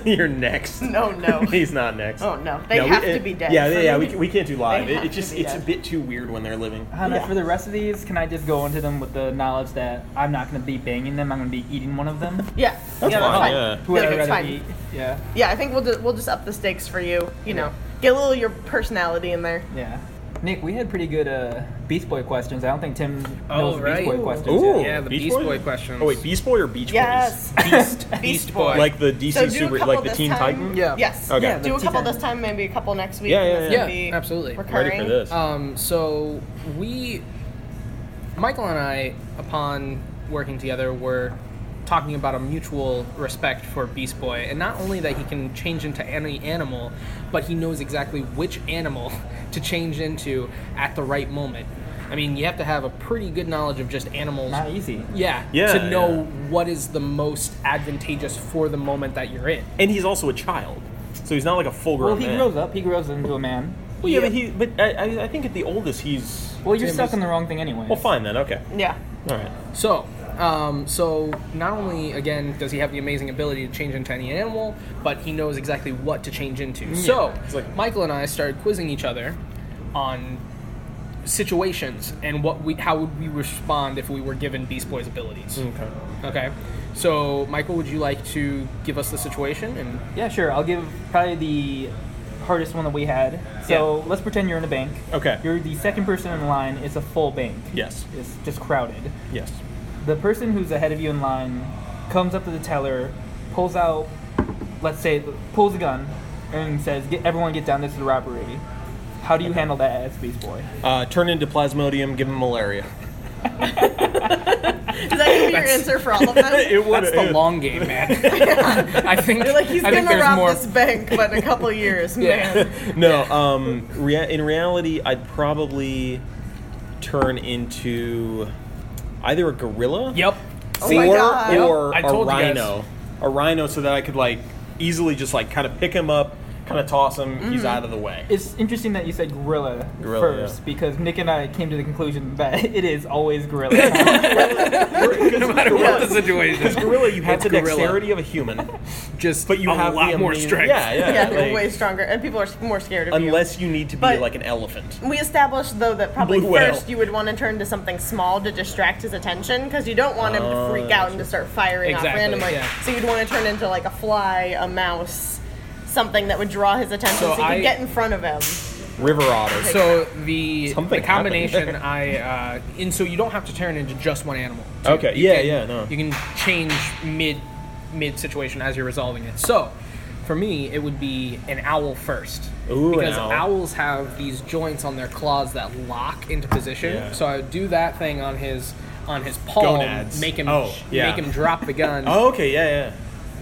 Speaker 3: you're next.
Speaker 2: No, no.
Speaker 3: He's not next.
Speaker 2: Oh no, they
Speaker 3: No, we-
Speaker 2: have to
Speaker 3: it-
Speaker 2: be dead.
Speaker 3: Yeah,
Speaker 2: for
Speaker 3: yeah, yeah.
Speaker 2: me.
Speaker 3: We, c- we can't do live.
Speaker 2: They
Speaker 3: It,
Speaker 2: have
Speaker 3: it
Speaker 2: to
Speaker 3: just
Speaker 2: be
Speaker 3: it's a
Speaker 2: dead.
Speaker 3: bit too weird when they're living.
Speaker 4: Hannah,
Speaker 3: Yeah.
Speaker 4: for the rest of these, can I just go into them with the knowledge that I'm not going to be banging them? I'm going to be eating one of them.
Speaker 2: Yeah, yeah,
Speaker 3: fine,
Speaker 2: fine.
Speaker 3: yeah.
Speaker 4: Who would
Speaker 2: Like,
Speaker 4: I
Speaker 2: it's
Speaker 4: rather
Speaker 2: fine.
Speaker 4: eat? Yeah,
Speaker 2: Yeah, I think we'll just, we'll just up the stakes for you. You know, get a little of your personality in there.
Speaker 4: yeah. Nick, we had pretty good uh, Beast Boy questions. I don't think Tim knows
Speaker 1: Oh, right.
Speaker 4: Beast Boy
Speaker 1: Ooh.
Speaker 4: questions.
Speaker 3: Ooh,
Speaker 4: yet.
Speaker 1: Yeah, the Beast Boy questions.
Speaker 3: Oh wait, Beast Boy or Beach
Speaker 2: Yes.
Speaker 3: Boys? Beast.
Speaker 2: Beast Boy.
Speaker 3: Like the DC
Speaker 2: So do a
Speaker 3: E Super,
Speaker 2: couple
Speaker 3: like the
Speaker 2: this
Speaker 3: Teen
Speaker 2: time.
Speaker 3: Titan.
Speaker 4: Yeah.
Speaker 2: Yes.
Speaker 3: Okay.
Speaker 4: Yeah, the
Speaker 2: Do a couple
Speaker 4: Titan.
Speaker 2: this time, maybe a couple next week.
Speaker 3: Yeah,
Speaker 2: and
Speaker 3: yeah,
Speaker 2: this
Speaker 3: yeah.
Speaker 2: would
Speaker 1: Yeah,
Speaker 2: be
Speaker 1: absolutely. Ready
Speaker 2: Recurring.
Speaker 3: Ready for this?
Speaker 4: Oh.
Speaker 1: Um, so we, Michael and I, upon working together, were talking about a mutual respect for Beast Boy, and not only that he can change into any animal, but he knows exactly which animal to change into at the right moment. I mean, you have to have a pretty good knowledge of just animals.
Speaker 4: Not easy.
Speaker 1: Yeah,
Speaker 3: Yeah,
Speaker 1: to know
Speaker 3: yeah.
Speaker 1: what is the most advantageous for the moment that you're in.
Speaker 3: and he's also a child, so he's not like a full-grown
Speaker 4: Well, he
Speaker 3: man.
Speaker 4: grows up. He grows into a man.
Speaker 3: Well, yeah, but he, but I, I- I think at the oldest he's.
Speaker 4: Well, you're
Speaker 1: Tim
Speaker 4: stuck
Speaker 1: is-
Speaker 4: in the wrong thing anyway.
Speaker 3: Well, fine then. Okay.
Speaker 2: Yeah.
Speaker 3: All right.
Speaker 1: So, um, so not only again does he have the amazing ability to change into any animal, but he knows exactly what to change into. so,
Speaker 3: it's like-
Speaker 1: Michael and I started quizzing each other on situations and what we how would we respond if we were given Beast Boy's abilities.
Speaker 3: Okay.
Speaker 1: Okay. So, Michael, would you like to give us the situation? And
Speaker 4: Yeah, sure. I'll give probably the hardest one that we had. So let's pretend you're in a bank.
Speaker 3: Okay.
Speaker 4: You're the second person in line. It's a full bank.
Speaker 3: Yes.
Speaker 4: It's just crowded.
Speaker 3: Yes.
Speaker 4: The person who's ahead of you in line comes up to the teller, pulls out, let's say, pulls a gun, and says, "Get everyone, get down. This is a robbery." How do you handle that as Beast Boy?
Speaker 3: Uh, turn into plasmodium. Give him malaria.
Speaker 2: Is that gonna be your answer for all of them?
Speaker 1: that's the long game, man. I think
Speaker 2: You're like he's
Speaker 1: I think
Speaker 2: gonna
Speaker 1: there's
Speaker 2: rob
Speaker 1: more.
Speaker 2: this bank, but in a couple years,
Speaker 1: Yeah.
Speaker 2: man.
Speaker 3: No. Um. Rea- in reality, I'd probably turn into either a gorilla.
Speaker 1: Yep.
Speaker 2: Oh
Speaker 1: See,
Speaker 2: my
Speaker 3: or
Speaker 2: God.
Speaker 3: or
Speaker 1: Yep, I
Speaker 3: a
Speaker 1: told you guys.
Speaker 3: rhino, a rhino, so that I could like easily just like kind of pick him up, kind of toss him.
Speaker 1: Mm-hmm.
Speaker 3: He's out of the way.
Speaker 4: It's interesting that you said gorilla,
Speaker 3: Gorilla,
Speaker 4: first
Speaker 3: yeah.
Speaker 4: because Nick and I came to the conclusion that it is always gorilla.
Speaker 1: no matter what the situation.
Speaker 3: Because gorilla, you have
Speaker 1: It's
Speaker 3: the
Speaker 1: gorilla.
Speaker 3: dexterity of a human,
Speaker 1: just
Speaker 3: but you
Speaker 1: a
Speaker 3: have
Speaker 1: lot
Speaker 3: the
Speaker 1: more
Speaker 3: amazing-
Speaker 1: strength.
Speaker 3: Yeah, yeah.
Speaker 2: Yeah,
Speaker 3: like,
Speaker 2: you're way stronger, and people are s- more scared of you.
Speaker 3: unless you need to be
Speaker 2: But-
Speaker 3: like an elephant.
Speaker 2: We established though that probably
Speaker 3: Blue whale.
Speaker 2: first you would want to turn to something small to distract his attention because you don't want him to
Speaker 3: Oh,
Speaker 2: freak
Speaker 3: that's
Speaker 2: out and to start firing off
Speaker 1: Exactly,
Speaker 2: randomly.
Speaker 1: yeah.
Speaker 2: So you'd want to turn into like a fly, a mouse, something that would draw his attention so,
Speaker 1: So
Speaker 2: you
Speaker 1: I-
Speaker 2: could get in front of him.
Speaker 3: River otter.
Speaker 1: So the,
Speaker 3: Something
Speaker 1: the combination
Speaker 3: happened
Speaker 1: I uh, and so you don't have to turn into just one animal. too.
Speaker 3: Okay,
Speaker 1: You
Speaker 3: yeah,
Speaker 1: can-
Speaker 3: yeah, no.
Speaker 1: You can change mid mid situation as you're resolving it. So for me, it would be an owl first
Speaker 3: Ooh, an
Speaker 1: because
Speaker 3: owl.
Speaker 1: owls have these joints on their claws that lock into position.
Speaker 3: Yeah.
Speaker 1: So I would do that thing on his on his palm,
Speaker 3: Gonads.
Speaker 1: make him
Speaker 3: Oh, yeah.
Speaker 1: make him drop the gun,
Speaker 3: oh, okay, yeah,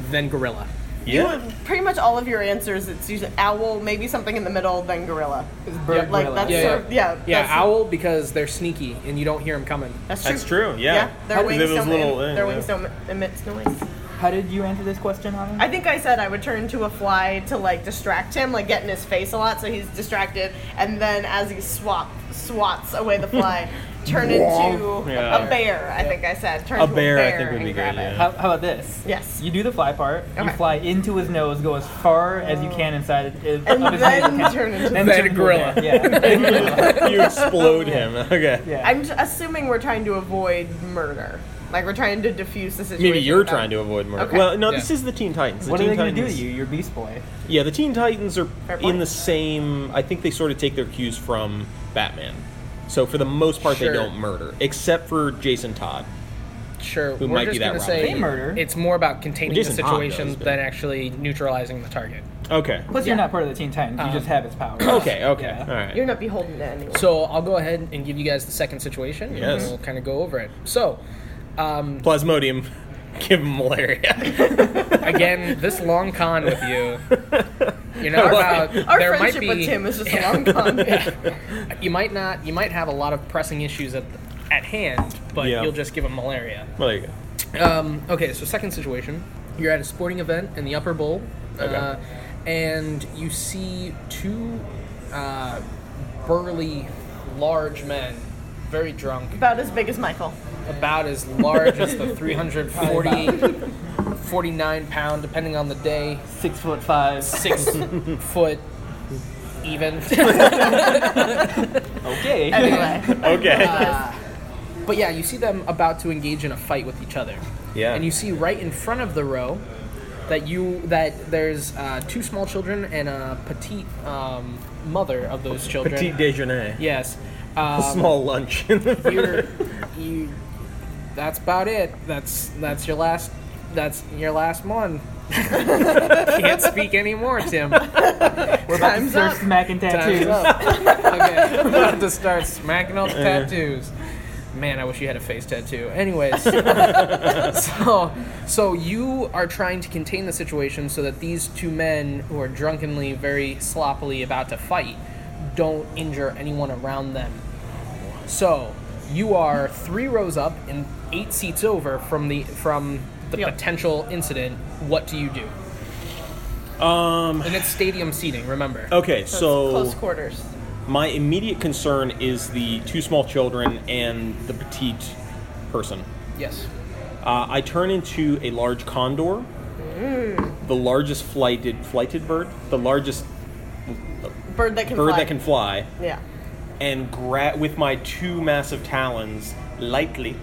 Speaker 1: then gorilla.
Speaker 3: yeah, yeah.
Speaker 2: Pretty much all of your answers, it's usually owl, maybe something in the middle, then gorilla.
Speaker 4: Bird
Speaker 1: Yep,
Speaker 2: Like
Speaker 4: gorilla.
Speaker 2: that's
Speaker 1: Yeah,
Speaker 2: sort of, yeah.
Speaker 1: Yeah,
Speaker 2: that's,
Speaker 1: owl because they're sneaky and you don't hear them coming.
Speaker 2: That's true.
Speaker 3: That's true. Yeah,
Speaker 2: their
Speaker 3: Because
Speaker 2: wings
Speaker 3: it was
Speaker 2: don't.
Speaker 3: little,
Speaker 2: em-
Speaker 3: yeah,
Speaker 2: their
Speaker 3: yeah.
Speaker 2: wings don't emit noise.
Speaker 4: How did you answer this question, Hannah?
Speaker 2: I think I said I would turn to a fly to like distract him, like get in his face a lot, so he's distracted. And then as he swap swats away the fly, turn into
Speaker 3: Yeah.
Speaker 2: a bear. I think I said turn
Speaker 3: A
Speaker 2: to
Speaker 3: bear,
Speaker 2: a
Speaker 3: I
Speaker 2: bear
Speaker 3: think would
Speaker 2: and
Speaker 3: be
Speaker 2: grab
Speaker 3: great,
Speaker 2: it.
Speaker 3: yeah.
Speaker 4: How, how about this?
Speaker 2: Yes.
Speaker 4: You do the fly part. You
Speaker 2: Okay.
Speaker 4: fly into his nose, go as far as you can inside of,
Speaker 2: And
Speaker 4: of his nose
Speaker 2: then
Speaker 4: account.
Speaker 2: turn into
Speaker 4: Then
Speaker 1: Then
Speaker 4: turn into a
Speaker 1: gorilla.
Speaker 4: bear. Yeah.
Speaker 3: you explode him. Okay.
Speaker 4: yeah.
Speaker 2: I'm j- assuming we're trying to avoid murder. Like we're trying to diffuse the situation.
Speaker 3: Maybe you're
Speaker 2: without-
Speaker 3: trying to avoid murder.
Speaker 2: Okay.
Speaker 3: Well, no,
Speaker 1: Yeah.
Speaker 3: this is the Teen Titans. The
Speaker 4: what are
Speaker 3: Teen
Speaker 4: they going
Speaker 3: Titans,
Speaker 4: to do to you? You're Beast Boy.
Speaker 3: Yeah, the Teen Titans are
Speaker 2: Fair point.
Speaker 3: in the same. I think they sort of take their cues from Batman. So for the most part,
Speaker 1: Sure.
Speaker 3: they don't murder, except for Jason Todd.
Speaker 1: Sure,
Speaker 3: Who
Speaker 1: we're
Speaker 3: might
Speaker 1: just
Speaker 3: be that
Speaker 1: gonna
Speaker 3: Robin.
Speaker 1: say
Speaker 4: They murder.
Speaker 1: It's more about containing
Speaker 3: Which
Speaker 1: the
Speaker 3: isn't odd, though,
Speaker 1: situation
Speaker 3: is it?
Speaker 1: than actually neutralizing the target.
Speaker 3: Okay.
Speaker 4: Plus,
Speaker 2: Yeah.
Speaker 4: you're not part of the Teen Titans. You
Speaker 1: Um,
Speaker 4: just have his powers.
Speaker 3: Okay. Okay.
Speaker 4: Oh, Yeah.
Speaker 3: All right.
Speaker 2: You're not beholden to anyone.
Speaker 1: So I'll go ahead and give you guys the second situation.
Speaker 3: Yes.
Speaker 1: And we'll kind of go over it. So, um,
Speaker 3: Plasmodium, give him malaria.
Speaker 1: again, this long con with you. You know
Speaker 3: I
Speaker 1: about
Speaker 3: like
Speaker 2: Uh, Our
Speaker 1: there might
Speaker 2: friendship
Speaker 1: be
Speaker 2: with Tim is just a long con.
Speaker 1: you might not you might have a lot of pressing issues at at hand, but
Speaker 3: Yeah.
Speaker 1: you'll just give him malaria.
Speaker 3: well, there you go.
Speaker 1: Um, okay, so second situation. You're at a sporting event in the upper bowl, uh,
Speaker 3: Okay.
Speaker 1: and you see two uh, burly, large men, very drunk,
Speaker 2: About as big as Michael.
Speaker 1: about as large as the 340, 49 pound, depending on the day,
Speaker 4: Six foot five.
Speaker 1: six foot even.
Speaker 4: Okay.
Speaker 2: Anyway,
Speaker 4: Oh,
Speaker 3: Okay.
Speaker 1: But yeah, you see them about to engage in a fight with each other.
Speaker 3: Yeah.
Speaker 1: And you see right in front of the row that you that there's uh, two small children and a petite um, mother of those children.
Speaker 4: Um,
Speaker 3: Petit déjeuner.
Speaker 1: Yes. Um,
Speaker 3: Small lunch.
Speaker 1: You're, you. That's about it. That's that's your last. That's your last one. Can't speak anymore, Tim.
Speaker 4: We're about
Speaker 2: Time's
Speaker 4: to start
Speaker 2: up.
Speaker 4: smacking tattoos.
Speaker 1: Time's up. okay, I'm about to start smacking all the tattoos. Man, I wish you had a face tattoo. Anyways, so so you are trying to contain the situation so that these two men who are drunkenly, very sloppily about to fight, don't injure anyone around them. So you are three rows up and eight seats over from the from the
Speaker 2: Yep.
Speaker 1: potential incident. What do you do?
Speaker 3: um. Oh.
Speaker 1: And it's stadium seating. Remember.
Speaker 3: Okay. So.
Speaker 2: close quarters.
Speaker 3: My immediate concern is the two small children and the petite person.
Speaker 1: Yes.
Speaker 3: Uh, I turn into a large condor, the largest flighted flighted bird, the largest
Speaker 2: Bird that can
Speaker 3: bird
Speaker 2: fly.
Speaker 3: that can fly,
Speaker 2: Yeah.
Speaker 3: and gra- with my two massive talons, lightly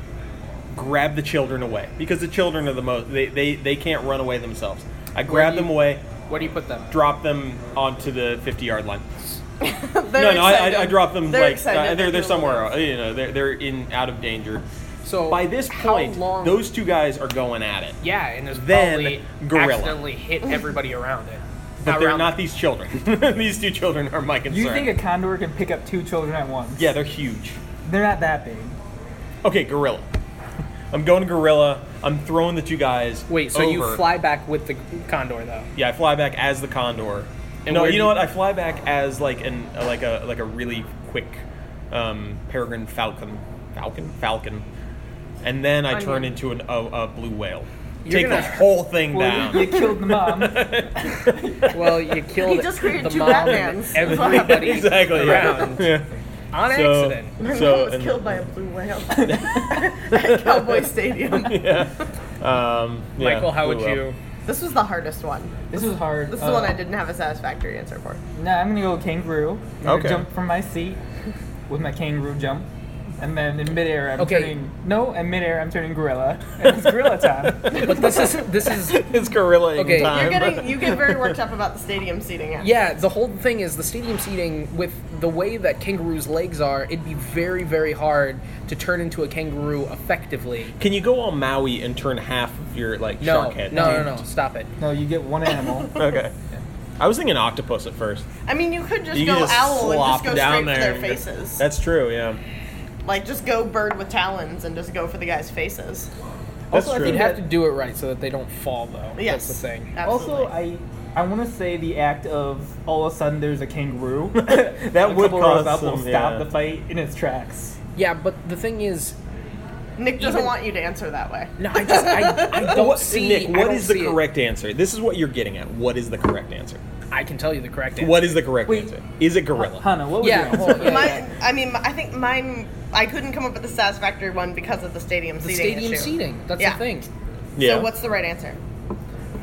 Speaker 3: grab the children away because the children are the most they, they, they can't run away themselves. I grab
Speaker 1: do
Speaker 3: them
Speaker 1: you-
Speaker 3: away,
Speaker 1: Where do you put them?
Speaker 3: drop them onto the fifty yard line.
Speaker 2: They're
Speaker 3: no, no, I,
Speaker 2: excited.
Speaker 3: I, I drop them
Speaker 2: They're
Speaker 3: like
Speaker 2: excited.
Speaker 3: uh, they're they're
Speaker 2: doing well.
Speaker 3: somewhere you know they're they're in out of danger.
Speaker 1: So
Speaker 3: By this
Speaker 1: how
Speaker 3: point,
Speaker 1: long-
Speaker 3: those two guys are going at it.
Speaker 1: Yeah, and there's
Speaker 3: Then
Speaker 1: probably
Speaker 3: gorilla.
Speaker 1: accidentally hit everybody around it.
Speaker 3: But they're
Speaker 1: around-
Speaker 3: not these children. these two children are my concern.
Speaker 4: You think a condor can pick up two children at once?
Speaker 3: yeah, they're huge.
Speaker 4: They're not that big.
Speaker 3: Okay, gorilla. I'm going gorilla. I'm throwing the two guys.
Speaker 1: Wait, so you
Speaker 3: over.
Speaker 1: fly back with the condor though?
Speaker 3: Yeah, I fly back as the condor.
Speaker 1: And
Speaker 3: no,
Speaker 1: where
Speaker 3: you
Speaker 1: do
Speaker 3: know
Speaker 1: you-
Speaker 3: what? I fly back as like an like a like a really quick um, peregrine falcon, falcon, falcon, and then I turn
Speaker 2: Onion.
Speaker 3: into an, a, a blue whale.
Speaker 1: You're
Speaker 3: Take
Speaker 1: gonna-
Speaker 3: the whole thing
Speaker 4: Well, you,
Speaker 3: down.
Speaker 4: you killed the mom.
Speaker 1: Well, you killed
Speaker 2: He just created
Speaker 1: the
Speaker 2: two
Speaker 1: mom and
Speaker 2: Batmans.
Speaker 1: everybody
Speaker 3: exactly. yeah.
Speaker 1: around
Speaker 3: Yeah.
Speaker 1: on
Speaker 3: So,
Speaker 1: accident.
Speaker 2: My mom
Speaker 3: so
Speaker 2: was
Speaker 3: and-
Speaker 2: killed by a blue whale at Cowboy Stadium.
Speaker 3: um, yeah,
Speaker 1: Michael, how
Speaker 3: blue
Speaker 1: would
Speaker 3: whale.
Speaker 1: you?
Speaker 2: This was the hardest one.
Speaker 4: This was hard.
Speaker 2: This is the
Speaker 4: Uh,
Speaker 2: one I didn't have a satisfactory answer for.
Speaker 4: Nah, I'm gonna go kangaroo. I'm gonna
Speaker 3: Okay.
Speaker 4: Jump from my seat with my kangaroo jump. and then in midair I'm
Speaker 1: Okay.
Speaker 4: turning no, in midair I'm turning gorilla, and it's gorilla time.
Speaker 1: But this is this is
Speaker 3: it's gorilla
Speaker 1: Okay.
Speaker 3: in time.
Speaker 2: You're getting you get very worked up about the stadium seating. After.
Speaker 1: yeah. The whole thing is the stadium seating with the way that kangaroos' legs are. It'd be very very hard to turn into a kangaroo effectively.
Speaker 3: Can you go on Maui and turn half of your like
Speaker 1: No,
Speaker 3: shark head?
Speaker 1: no, no, no. Stop it.
Speaker 4: no, you get one animal.
Speaker 3: Okay. I was thinking octopus at first.
Speaker 2: I mean, you could just
Speaker 3: You
Speaker 2: go
Speaker 3: can just
Speaker 2: owl and
Speaker 3: slop
Speaker 2: just go
Speaker 3: down
Speaker 2: straight
Speaker 3: there.
Speaker 2: for their
Speaker 3: and just-
Speaker 2: faces.
Speaker 3: That's true. Yeah.
Speaker 2: like just go bird with talons and just go for the guys' faces.
Speaker 3: That's
Speaker 4: Also,
Speaker 3: true.
Speaker 4: I
Speaker 3: Uh,
Speaker 4: think
Speaker 1: You'd have to do it right so that they don't fall though.
Speaker 2: Yes,
Speaker 1: That's the thing.
Speaker 2: Absolutely.
Speaker 4: Also, I I want to say the act of all of a sudden there's a kangaroo
Speaker 3: that
Speaker 4: a
Speaker 3: would
Speaker 4: couple rows
Speaker 3: cause
Speaker 4: up
Speaker 3: some,
Speaker 4: will
Speaker 3: yeah.
Speaker 4: stop the fight in its tracks.
Speaker 1: Yeah, but the thing is,
Speaker 2: Nick doesn't
Speaker 1: even-
Speaker 2: want you to answer that way.
Speaker 1: no, I just I, I don't
Speaker 3: What-
Speaker 1: see.
Speaker 3: Nick,
Speaker 1: I
Speaker 3: what
Speaker 1: don't
Speaker 3: is the
Speaker 1: see it.
Speaker 3: correct answer? This is what you're getting at. What is the correct answer?
Speaker 1: I can tell you the correct answer.
Speaker 3: What is the correct
Speaker 4: Wait.
Speaker 3: answer? Is it gorilla?
Speaker 4: Hannah, what was
Speaker 1: Yeah,
Speaker 4: your answer?
Speaker 1: hold on.
Speaker 2: My,
Speaker 1: Yeah.
Speaker 2: I mean, I think mine. I couldn't come up with a satisfactory one because of the stadium
Speaker 1: The
Speaker 2: seating
Speaker 1: stadium
Speaker 2: issue.
Speaker 1: seating. That's
Speaker 2: Yeah.
Speaker 1: the thing.
Speaker 3: Yeah.
Speaker 2: So what's the right answer?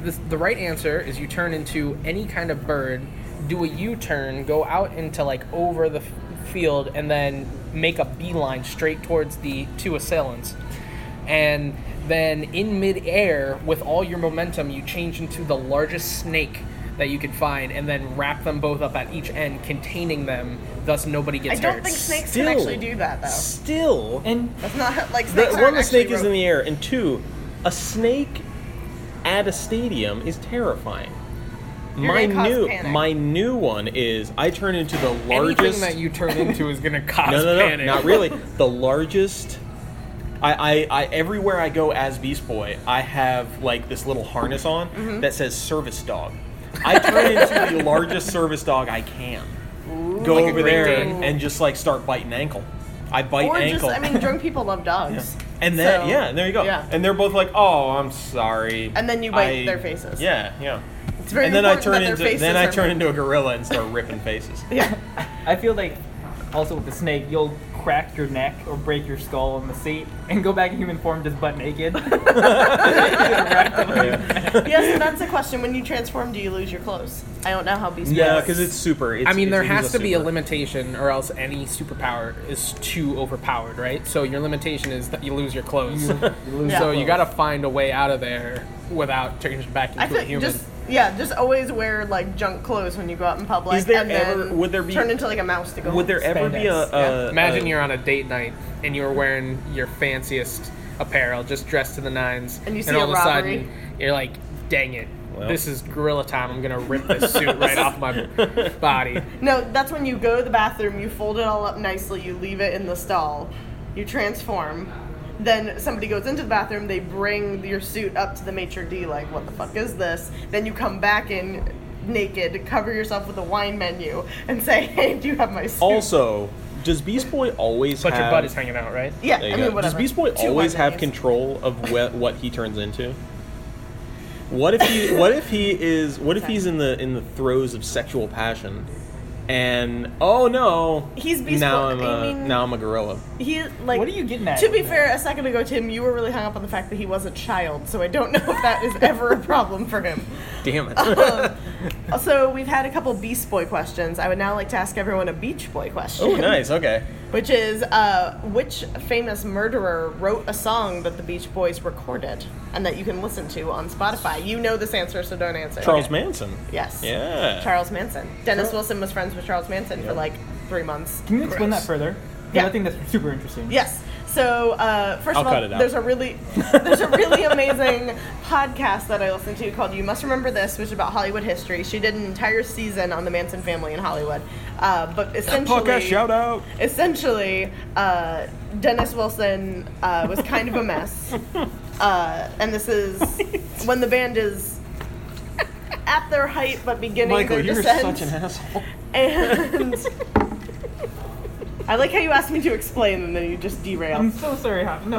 Speaker 1: The, the right answer is you turn into any kind of bird, do a U turn, go out into like over the f- field, and then make a beeline straight towards the two assailants. And then in midair, with all your momentum, you change into the largest snake that you could find, and then wrap them both up at each end, containing them. Thus, nobody
Speaker 2: I
Speaker 1: gets
Speaker 2: don't
Speaker 1: hurt.
Speaker 2: think snakes
Speaker 3: Still.
Speaker 2: can actually do that though.
Speaker 3: Still,
Speaker 4: And
Speaker 2: That's not like
Speaker 3: the,
Speaker 2: snakes.
Speaker 3: one, the snake is in the air, and two, a snake at a stadium is terrifying.
Speaker 2: You're
Speaker 3: my
Speaker 2: gonna cause
Speaker 3: new,
Speaker 2: panic.
Speaker 3: my new one is I turn into the largest.
Speaker 1: Anything that you turn into is gonna cause
Speaker 3: no, no, no,
Speaker 1: panic.
Speaker 3: not really. The largest. I, I, I, everywhere I go as Beast Boy, I have like this little harness on
Speaker 2: Mm-hmm.
Speaker 3: that says service dog. I turn into the largest service dog I can. go
Speaker 1: Like a
Speaker 3: over
Speaker 1: Great
Speaker 3: there
Speaker 1: Dane.
Speaker 3: and just like start biting ankle. I bite
Speaker 2: Or just,
Speaker 3: ankle.
Speaker 2: I mean, drunk people love dogs.
Speaker 3: And then
Speaker 2: So,
Speaker 3: yeah, there you go.
Speaker 2: Yeah.
Speaker 3: And they're both like, "Oh, I'm sorry."
Speaker 2: And then you bite their faces.
Speaker 3: Yeah, yeah.
Speaker 2: It's very
Speaker 3: and then I
Speaker 2: important
Speaker 3: turn
Speaker 2: that their
Speaker 3: into
Speaker 2: faces
Speaker 3: then I
Speaker 2: are-
Speaker 3: turn into a gorilla and start ripping faces.
Speaker 2: Yeah.
Speaker 4: I feel like also with the snake, you'll crack your neck or break your skull in the seat and go back in human form just butt naked.
Speaker 2: yes, that's a question. When you transform, do you lose your clothes? I don't know how beast.
Speaker 3: Yeah,
Speaker 2: works.
Speaker 3: because it's super. It's,
Speaker 1: I mean,
Speaker 3: it's-
Speaker 1: there
Speaker 3: it
Speaker 1: has
Speaker 3: is
Speaker 1: to be a
Speaker 3: super.
Speaker 1: limitation, or else any superpower is too overpowered, right? So your limitation is that you lose your clothes.
Speaker 2: Yeah.
Speaker 1: So you
Speaker 2: clothes.
Speaker 1: gotta find a way out of there without turning back into
Speaker 2: I
Speaker 1: a
Speaker 2: think
Speaker 1: human.
Speaker 2: just yeah, just always wear like junk clothes when you go out in public.
Speaker 3: Is there
Speaker 2: and
Speaker 3: ever-
Speaker 2: then
Speaker 3: would there be-
Speaker 2: turn into like a mouse to go?
Speaker 3: Would there ever be a,
Speaker 2: Yeah.
Speaker 3: a
Speaker 1: Imagine
Speaker 3: a-
Speaker 1: you're on a date night and you're wearing your fanciest apparel, just dressed to the nines,
Speaker 2: And you see
Speaker 1: all
Speaker 2: a
Speaker 1: of a
Speaker 2: robbery.
Speaker 1: sudden you're like, "Dang it,
Speaker 3: Well.
Speaker 1: this is gorilla time! I'm gonna rip this suit right off my body."
Speaker 2: No, that's when you go to the bathroom, you fold it all up nicely, you leave it in the stall, you transform. Then somebody goes into the bathroom, they bring your suit up to the maitre d, like, what the fuck is this? Then you come back in naked, cover yourself with a wine menu, and say, hey, do you have my suit?
Speaker 3: Also, does Beast Boy always
Speaker 1: But
Speaker 3: have?
Speaker 1: your butt is hanging out, right?
Speaker 2: yeah,
Speaker 3: There
Speaker 2: I
Speaker 3: you
Speaker 2: mean,
Speaker 3: go.
Speaker 2: whatever.
Speaker 3: Does Beast Boy
Speaker 2: Two
Speaker 3: always
Speaker 2: wine
Speaker 3: have
Speaker 2: menus.
Speaker 3: control of what what he turns into? What if he what if he is what if he's in the in the throes of sexual passion and oh no
Speaker 2: He's Beast
Speaker 3: now
Speaker 2: Boy.
Speaker 3: I'm
Speaker 2: I
Speaker 3: a
Speaker 2: mean-
Speaker 3: now I'm a gorilla.
Speaker 2: He, like,
Speaker 4: What are you getting at
Speaker 2: To be
Speaker 4: with
Speaker 2: fair, a second ago, Tim, you were really hung up on the fact that he was a child, so I don't know if that is ever a problem for him.
Speaker 3: Damn it.
Speaker 2: Oh, Also, we've had a couple Beast Boy questions. I would now like to ask everyone a Beach Boy question.
Speaker 3: oh nice, okay.
Speaker 2: Which is, uh, which famous murderer wrote a song that the Beach Boys recorded and that you can listen to on Spotify? You know this answer, so don't answer.
Speaker 3: Charles
Speaker 2: Okay.
Speaker 3: Manson.
Speaker 2: Yes.
Speaker 3: Yeah.
Speaker 2: Charles Manson. Dennis Wilson was friends with Charles Manson
Speaker 3: Yeah.
Speaker 2: for like three months.
Speaker 4: Can you explain
Speaker 1: Gross.
Speaker 4: that further? 'Cause
Speaker 2: Yeah.
Speaker 4: I think that's super interesting.
Speaker 2: Yes. So uh, 1st
Speaker 3: I'll
Speaker 2: of all,
Speaker 3: cut it out.
Speaker 2: there's a really there's a really amazing podcast that I listen to called "You Must Remember This," which is about Hollywood history. She did an entire season on the Manson family in Hollywood, uh, but essentially,
Speaker 3: Podcast shout out.
Speaker 2: essentially, uh, Dennis Wilson uh, was kind of a mess, uh, and this is when the band is at their height but beginning
Speaker 3: Michael,
Speaker 2: their
Speaker 3: you're
Speaker 2: descent.
Speaker 3: such an asshole.
Speaker 2: and I like how you asked me to explain, and then you just
Speaker 4: I'm
Speaker 2: derail.
Speaker 4: so sorry. Hannah.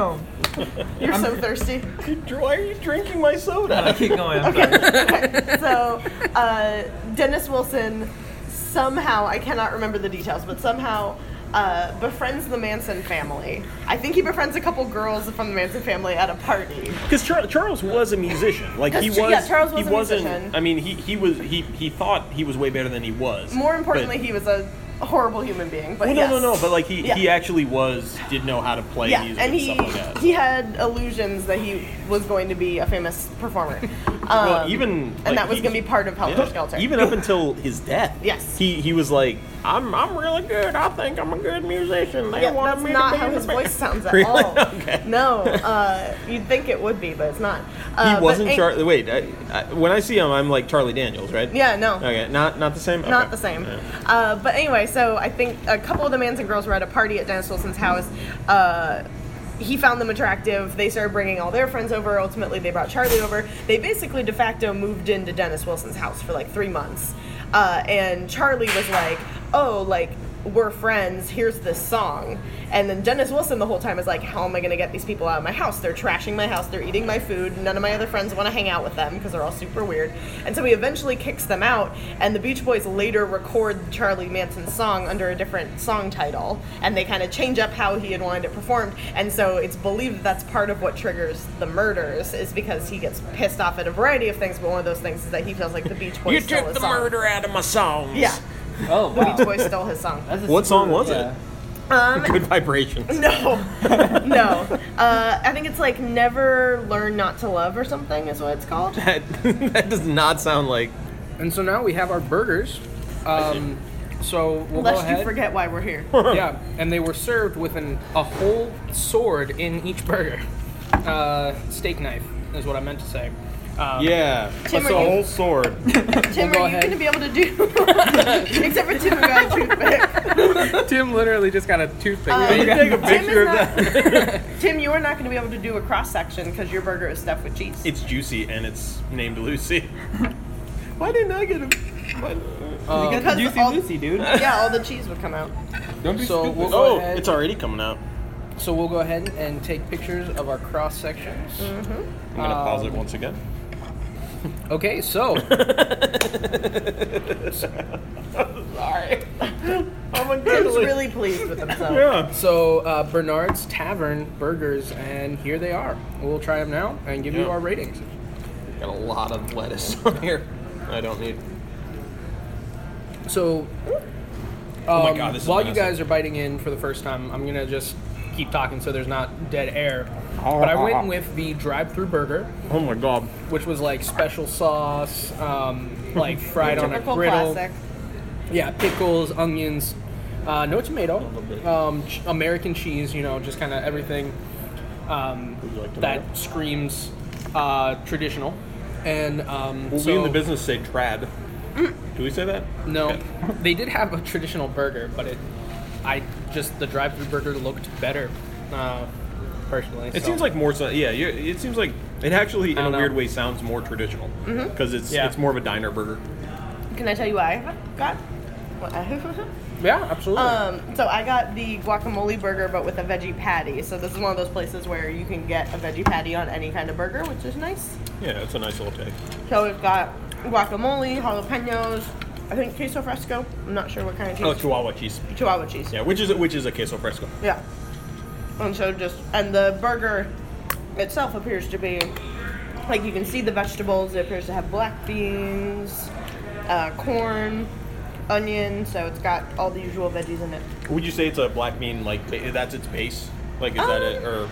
Speaker 4: No.
Speaker 2: You're so thirsty.
Speaker 3: Why are you drinking my
Speaker 4: I
Speaker 3: soda?
Speaker 4: keep going. I'm sorry.
Speaker 2: Okay, so uh, Dennis Wilson somehow I cannot remember the details, but somehow uh, befriends the Manson family. I think he befriends a couple girls from the Manson family at a party.
Speaker 3: Because Char- Charles was a musician. Like he
Speaker 2: That's
Speaker 3: was.
Speaker 2: true. Yeah, Charles was
Speaker 3: he
Speaker 2: a
Speaker 3: wasn't.
Speaker 2: musician.
Speaker 3: I mean, he he was he he thought he was way better than he was.
Speaker 2: More
Speaker 3: but-
Speaker 2: importantly, he was a a horrible human being, but
Speaker 3: Well,
Speaker 2: yes.
Speaker 3: no, no, no. But like he,
Speaker 2: Yeah.
Speaker 3: he actually was did know how to play
Speaker 2: yeah,
Speaker 3: music
Speaker 2: and
Speaker 3: and,
Speaker 2: he
Speaker 3: stuff like that.
Speaker 2: he had illusions that he was going to be a famous performer. Um,
Speaker 3: well, even like,
Speaker 2: and that was
Speaker 3: he-
Speaker 2: going to be part of Helter
Speaker 3: yeah.
Speaker 2: Skelter.
Speaker 3: Even up until his death.
Speaker 2: Yes.
Speaker 3: He he was like, I'm I'm really good. I think I'm a good musician. They
Speaker 2: yeah,
Speaker 3: wanted
Speaker 2: that's
Speaker 3: me
Speaker 2: not
Speaker 3: to be
Speaker 2: how
Speaker 3: in
Speaker 2: his
Speaker 3: the band."
Speaker 2: voice sounds at
Speaker 3: Really?
Speaker 2: all.
Speaker 3: Okay.
Speaker 2: No, uh, you'd think it would be, but it's not.
Speaker 3: He
Speaker 2: Uh, but
Speaker 3: wasn't
Speaker 2: ain't-
Speaker 3: Charlie. Wait, I, I, when I see him, I'm like Charlie Daniels, right?
Speaker 2: Yeah, no.
Speaker 3: Okay, not not the same.
Speaker 2: Not
Speaker 3: Okay.
Speaker 2: the same.
Speaker 3: Yeah.
Speaker 2: Uh, but anyway, so I think a couple of the Manson girls were at a party at Dennis Wilson's house. Uh, he found them attractive. They started bringing all their friends over. Ultimately, they brought Charlie over. They basically de facto moved into Dennis Wilson's house for like three months. Uh, and Charlie was like, oh, like, we're friends. Here's this song. And then Dennis Wilson the whole time is like, how am I going to get these people out of my house? They're trashing my house. They're eating my food. None of my other friends want to hang out with them because they're all super weird. And so he eventually kicks them out. And the Beach Boys later record Charlie Manson's song under a different song title. And they kind of change up how he had wanted it performed. And so it's believed that that's part of what triggers the murders is because he gets pissed off at a variety of things. But one of those things is that he feels like the Beach Boys
Speaker 3: You
Speaker 2: stole
Speaker 3: took
Speaker 2: his
Speaker 3: the
Speaker 2: song.
Speaker 3: murder out of my songs.
Speaker 2: Yeah,
Speaker 4: Oh, wow.
Speaker 2: Beach Boys stole his song.
Speaker 4: That's a
Speaker 3: What song was
Speaker 4: yeah.
Speaker 3: it?
Speaker 2: Um,
Speaker 3: Good vibrations.
Speaker 2: No, no. Uh, I think it's like never learn not to love or something is what it's called.
Speaker 3: That, that does not sound like.
Speaker 1: And so now we have our burgers. Um, so we'll go
Speaker 2: Lest
Speaker 1: ahead.
Speaker 2: you forget why we're here.
Speaker 1: yeah, and they were served with an, a whole sword in each burger. Uh, steak knife is what I meant to say. Um,
Speaker 3: Yeah,
Speaker 2: Tim,
Speaker 3: that's
Speaker 2: are
Speaker 3: a
Speaker 2: you-
Speaker 3: whole sword.
Speaker 2: Tim,
Speaker 1: go
Speaker 2: are you
Speaker 1: ahead.
Speaker 2: going to be able to do? Except for Tim who got a toothpick.
Speaker 1: Tim literally just got a toothpick.
Speaker 2: Um,
Speaker 1: You got-
Speaker 3: Take a
Speaker 2: Tim is
Speaker 3: picture of
Speaker 2: not-
Speaker 3: that.
Speaker 2: Tim, you are not going to be able to do a cross section because your burger is stuffed with cheese.
Speaker 3: It's juicy and it's named Lucy. Why didn't I get a? why-
Speaker 4: you got
Speaker 2: Because
Speaker 4: the Juicy
Speaker 2: all-
Speaker 4: Lucy, dude.
Speaker 2: yeah, all the cheese would come out.
Speaker 4: Don't be
Speaker 1: So,
Speaker 4: stupid.
Speaker 1: we'll-
Speaker 3: Oh,
Speaker 1: ahead.
Speaker 3: it's already coming out.
Speaker 1: so we'll go ahead and take pictures of our cross sections.
Speaker 2: Mm-hmm.
Speaker 3: I'm gonna pause
Speaker 1: Um,
Speaker 3: it once again.
Speaker 1: Okay, so
Speaker 3: Oh my
Speaker 2: Tim's really pleased with himself.
Speaker 3: Yeah.
Speaker 1: so uh, Bernard's Tavern burgers, and here they are. We'll try them now and give you
Speaker 3: Yeah.
Speaker 1: our ratings.
Speaker 3: Got a lot of lettuce on here. I don't need.
Speaker 1: So,
Speaker 3: Oh my
Speaker 1: um,
Speaker 3: God, this is
Speaker 1: while you
Speaker 3: massive.
Speaker 1: guys are biting in for the first time, I'm gonna just keep talking so there's not dead air.
Speaker 3: Ah.
Speaker 1: But I went with the drive-through burger,
Speaker 3: Oh my god.
Speaker 1: which was like special sauce, um, like fried on a
Speaker 2: Typical
Speaker 1: griddle.
Speaker 2: classic.
Speaker 1: Yeah, pickles, onions, uh, no tomato,
Speaker 3: little bit.
Speaker 1: um, ch- American cheese. You know, just kind of everything um,
Speaker 3: Would you like tomato?
Speaker 1: that screams uh, traditional. And um,
Speaker 3: Well,
Speaker 1: so, Mm.
Speaker 3: we in the business say trad. Do we say that?
Speaker 1: No,
Speaker 3: Okay.
Speaker 1: they did have a traditional burger, but it, I just the drive-through burger looked better, uh, personally.
Speaker 3: It
Speaker 1: so-
Speaker 3: seems like more so. Yeah, you it seems like it actually, in
Speaker 1: I
Speaker 3: a
Speaker 1: don't know. Mm-hmm.
Speaker 3: weird way, sounds more traditional because it's
Speaker 1: Yeah.
Speaker 3: it's more of a diner burger.
Speaker 2: Can I tell you why? I haven't got? What I-
Speaker 1: yeah, absolutely.
Speaker 2: Um, so I got the guacamole burger, but with a veggie patty. So this is one of those places where you can get a veggie patty on any kind of burger, which is nice.
Speaker 3: Yeah, it's a nice little take.
Speaker 2: So we've got guacamole, jalapenos, I think queso fresco. I'm not sure what kind of cheese.
Speaker 3: Oh, Chihuahua cheese.
Speaker 2: Chihuahua cheese.
Speaker 3: Yeah, which is which is a queso fresco.
Speaker 2: Yeah. And so just and the burger itself appears to be like you can see the vegetables. It appears to have black beans, uh, corn, onion. So it's got all the usual veggies in it.
Speaker 3: Would you say it's a black bean like ba- that's its base? Like is
Speaker 1: Um,
Speaker 3: that it or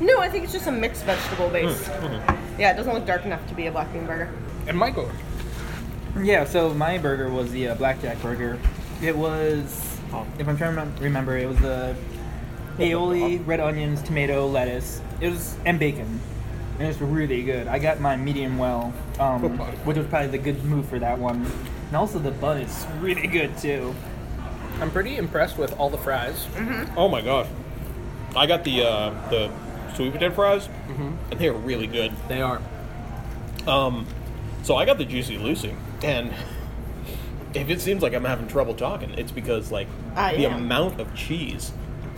Speaker 2: No, I think it's just a mixed vegetable base.
Speaker 3: Hmm,
Speaker 2: Yeah, it doesn't look dark enough to be a black bean burger.
Speaker 1: and Michael,
Speaker 4: Yeah, so my burger was the uh, blackjack burger. It was, if I'm trying to remember, it was the aioli, red onions, tomato, lettuce. It was and bacon. And it's really good. I got mine medium well, um, which was probably the good move for that one. And also the bun is really good too.
Speaker 1: I'm pretty impressed with all the fries.
Speaker 3: Oh my god. I got the uh, the sweet potato fries, and they are really good.
Speaker 1: They are.
Speaker 3: Um, so I got the Juicy Lucy, and if it seems like I'm having trouble talking, it's because like
Speaker 2: I
Speaker 3: the
Speaker 2: am.
Speaker 3: amount of cheese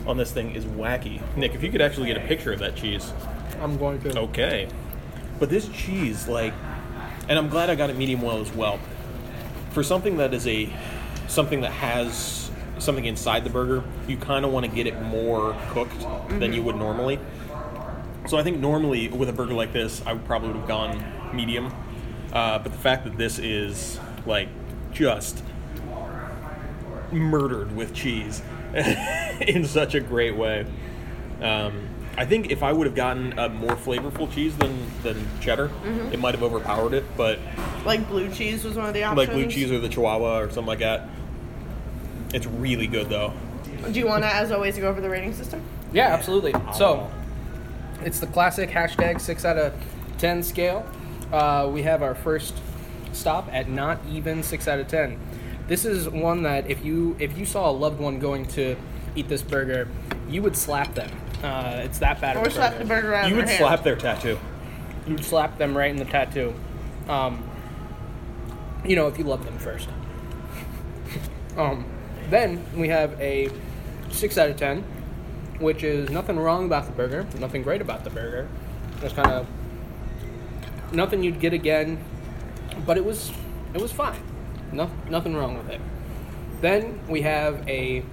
Speaker 3: on this thing is wacky. Nick, if you could actually get a picture of that cheese,
Speaker 1: I'm going to.
Speaker 3: okay. But this cheese, like, and I'm glad I got it medium well as well. For something that is a something that has something inside the burger, you kind of want to get it more cooked
Speaker 2: Mm-hmm.
Speaker 3: than you would normally. So I think normally with a burger like this, I would probably would have gone medium. Uh, but the fact that this is like just murdered with cheese in such a great way. Um, I think if I would have gotten a more flavorful cheese than, than cheddar, it might have overpowered it. But
Speaker 2: Like blue cheese was one of the options.
Speaker 3: like blue cheese or the Chihuahua or something like that, it's really good though.
Speaker 2: Do you want to, as always, go over the rating system?
Speaker 5: Yeah, absolutely. So, it's the classic hashtag six out of ten scale. Uh, we have our first stop at not even six out of ten. This is one that if you if you saw a loved one going to eat this burger, you would slap them. Uh, it's that bad. of
Speaker 2: Or
Speaker 5: a
Speaker 2: slap the burger out
Speaker 3: you
Speaker 2: of
Speaker 3: would
Speaker 2: their hand?
Speaker 3: slap their tattoo.
Speaker 5: You would slap them right in the tattoo. Um, you know, if you love them first. Um, then we have a 6 out of 10, which is nothing wrong about the burger, nothing great about the burger. Just kind of nothing you'd get again, but it was it was fine. No, nothing wrong with it. Then we have a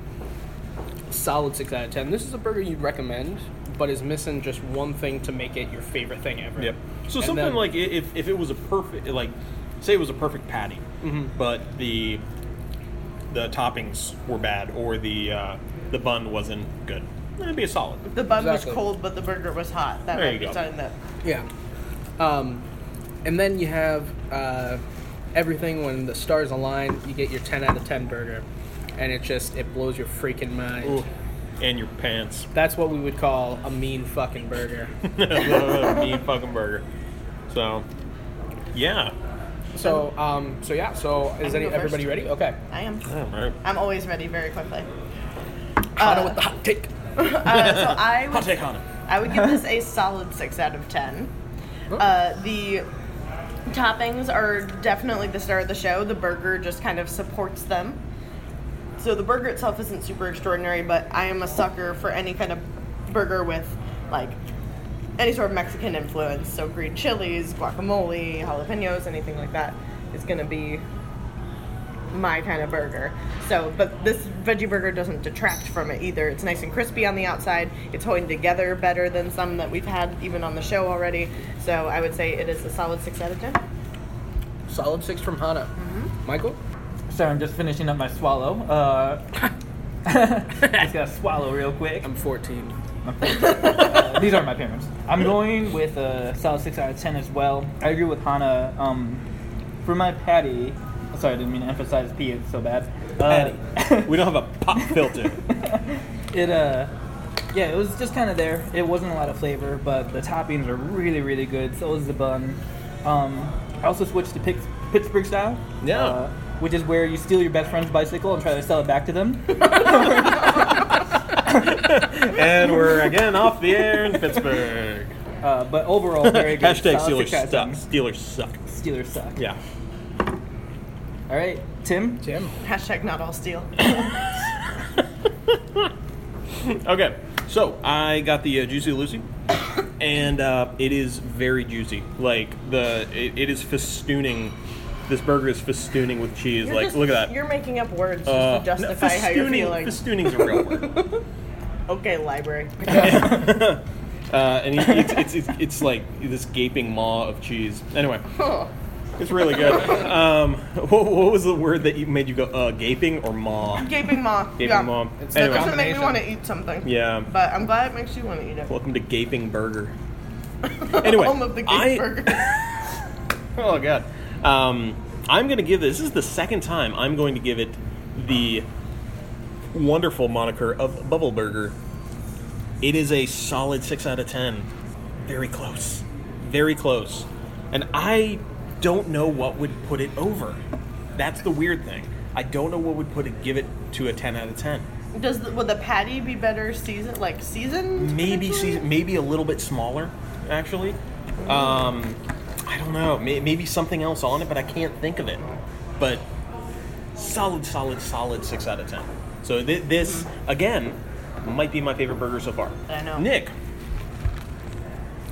Speaker 5: solid 6 out of 10. This is a burger you'd recommend, but is missing just one thing to make it your favorite thing ever.
Speaker 3: Yep. So
Speaker 5: And
Speaker 3: something
Speaker 5: then-
Speaker 3: like i- if, if it was a perfect like say it was a perfect patty, but the the toppings were bad or the uh, the bun wasn't good, it'd be a solid.
Speaker 2: The bun
Speaker 5: Exactly.
Speaker 2: was cold, but the burger was hot. That
Speaker 3: There
Speaker 2: might
Speaker 3: you
Speaker 2: be
Speaker 3: go.
Speaker 2: something that.
Speaker 5: Yeah. Um, and then you have uh, everything when the stars align, you get your 10 out of 10 burger. And it just, it blows your freaking mind.
Speaker 3: Ooh. And your pants.
Speaker 5: That's what we would call a mean fucking burger.
Speaker 3: mean fucking burger. So, yeah.
Speaker 5: so, um, so yeah, so is
Speaker 2: can
Speaker 5: any,
Speaker 2: go first.
Speaker 5: everybody ready? Okay.
Speaker 2: I am.
Speaker 3: All right.
Speaker 2: I'm always ready very quickly.
Speaker 5: Hana with the hot take.
Speaker 2: Uh, so I
Speaker 3: Hot
Speaker 2: would
Speaker 3: take on it.
Speaker 2: I would give this a solid six out of ten. Uh, the toppings are definitely the star of the show. The burger just kind of supports them. So the burger itself isn't super extraordinary, but I am a sucker for any kind of burger with like any sort of Mexican influence. So green chilies, guacamole, jalapenos, anything like that is going to be my kind of burger. So, but this veggie burger doesn't detract from it either. It's nice and crispy on the outside. It's holding together better than some that we've had even on the show already. So, I would say it is a solid six out of ten.
Speaker 5: Solid six from Hana. Michael?
Speaker 4: Sorry, I'm just finishing up my swallow. Uh, just gotta swallow real quick.
Speaker 5: I'm 14.
Speaker 4: Uh, these are my parents. I'm going with a solid six out of ten as well. I agree with Hannah. Um, for my patty, sorry, I didn't mean to emphasize P. It's so bad. Uh,
Speaker 3: Patty. we don't have a pop filter.
Speaker 4: it uh, yeah, it was just kind of there. It wasn't a lot of flavor, but the toppings are really, really good. So is the bun. Um, I also switched to Pitts- Pittsburgh style.
Speaker 3: Yeah.
Speaker 4: uh, which is where you steal your best friend's bicycle and try to sell it back to them.
Speaker 3: and we're again off the air in Pittsburgh.
Speaker 4: Uh, but overall, very good.
Speaker 3: Hashtag
Speaker 4: Solid
Speaker 3: Steelers
Speaker 4: six out of
Speaker 3: suck.
Speaker 4: 10.
Speaker 3: Steelers suck.
Speaker 4: Steelers suck.
Speaker 3: Yeah.
Speaker 4: All right, Tim.
Speaker 5: Tim?
Speaker 2: Hashtag not all steel.
Speaker 3: Okay. So I got the uh, Juicy Lucy, and uh, it is very juicy. Like the it, it is festooning. This burger is festooning with cheese.
Speaker 2: You're
Speaker 3: like
Speaker 2: just-
Speaker 3: look at that.
Speaker 2: You're making up words just
Speaker 3: Uh,
Speaker 2: to
Speaker 3: no,
Speaker 2: justify how you're
Speaker 3: festooning-
Speaker 2: feeling.
Speaker 3: Festooning's a real word.
Speaker 2: okay, library.
Speaker 3: Uh, and he, it's, it's, it's, it's like this gaping maw of cheese. Anyway,
Speaker 2: Huh.
Speaker 3: it's really good. Um, what, what was the word that you made you go, uh, gaping or maw?
Speaker 2: Gaping maw.
Speaker 3: Gaping
Speaker 2: yeah.
Speaker 3: maw.
Speaker 5: It's
Speaker 2: That
Speaker 3: Anyway,
Speaker 5: not-
Speaker 2: doesn't make me
Speaker 5: Combination.
Speaker 2: want to eat something.
Speaker 3: yeah.
Speaker 2: But I'm glad it makes you want to eat it.
Speaker 3: Welcome to Gaping Burger. Anyway,
Speaker 2: Home of the gape
Speaker 3: I-
Speaker 2: burger.
Speaker 3: Oh, God. Um, I'm going to give this, this is the second time I'm going to give it the wonderful moniker of Bubble Burger. It is a solid 6 out of 10. Very close. Very close. And I don't know what would put it over. That's the weird thing. I don't know what would put it give it to a 10 out of 10.
Speaker 2: Does the, would the patty be better seasoned, like seasoned?
Speaker 3: maybe
Speaker 2: potentially?
Speaker 3: season, maybe a little bit smaller actually um, i don't know May, maybe something else on it but i can't think of it but solid solid solid 6 out of 10 so th- this again might be my favorite burger so far
Speaker 2: I know.
Speaker 3: nick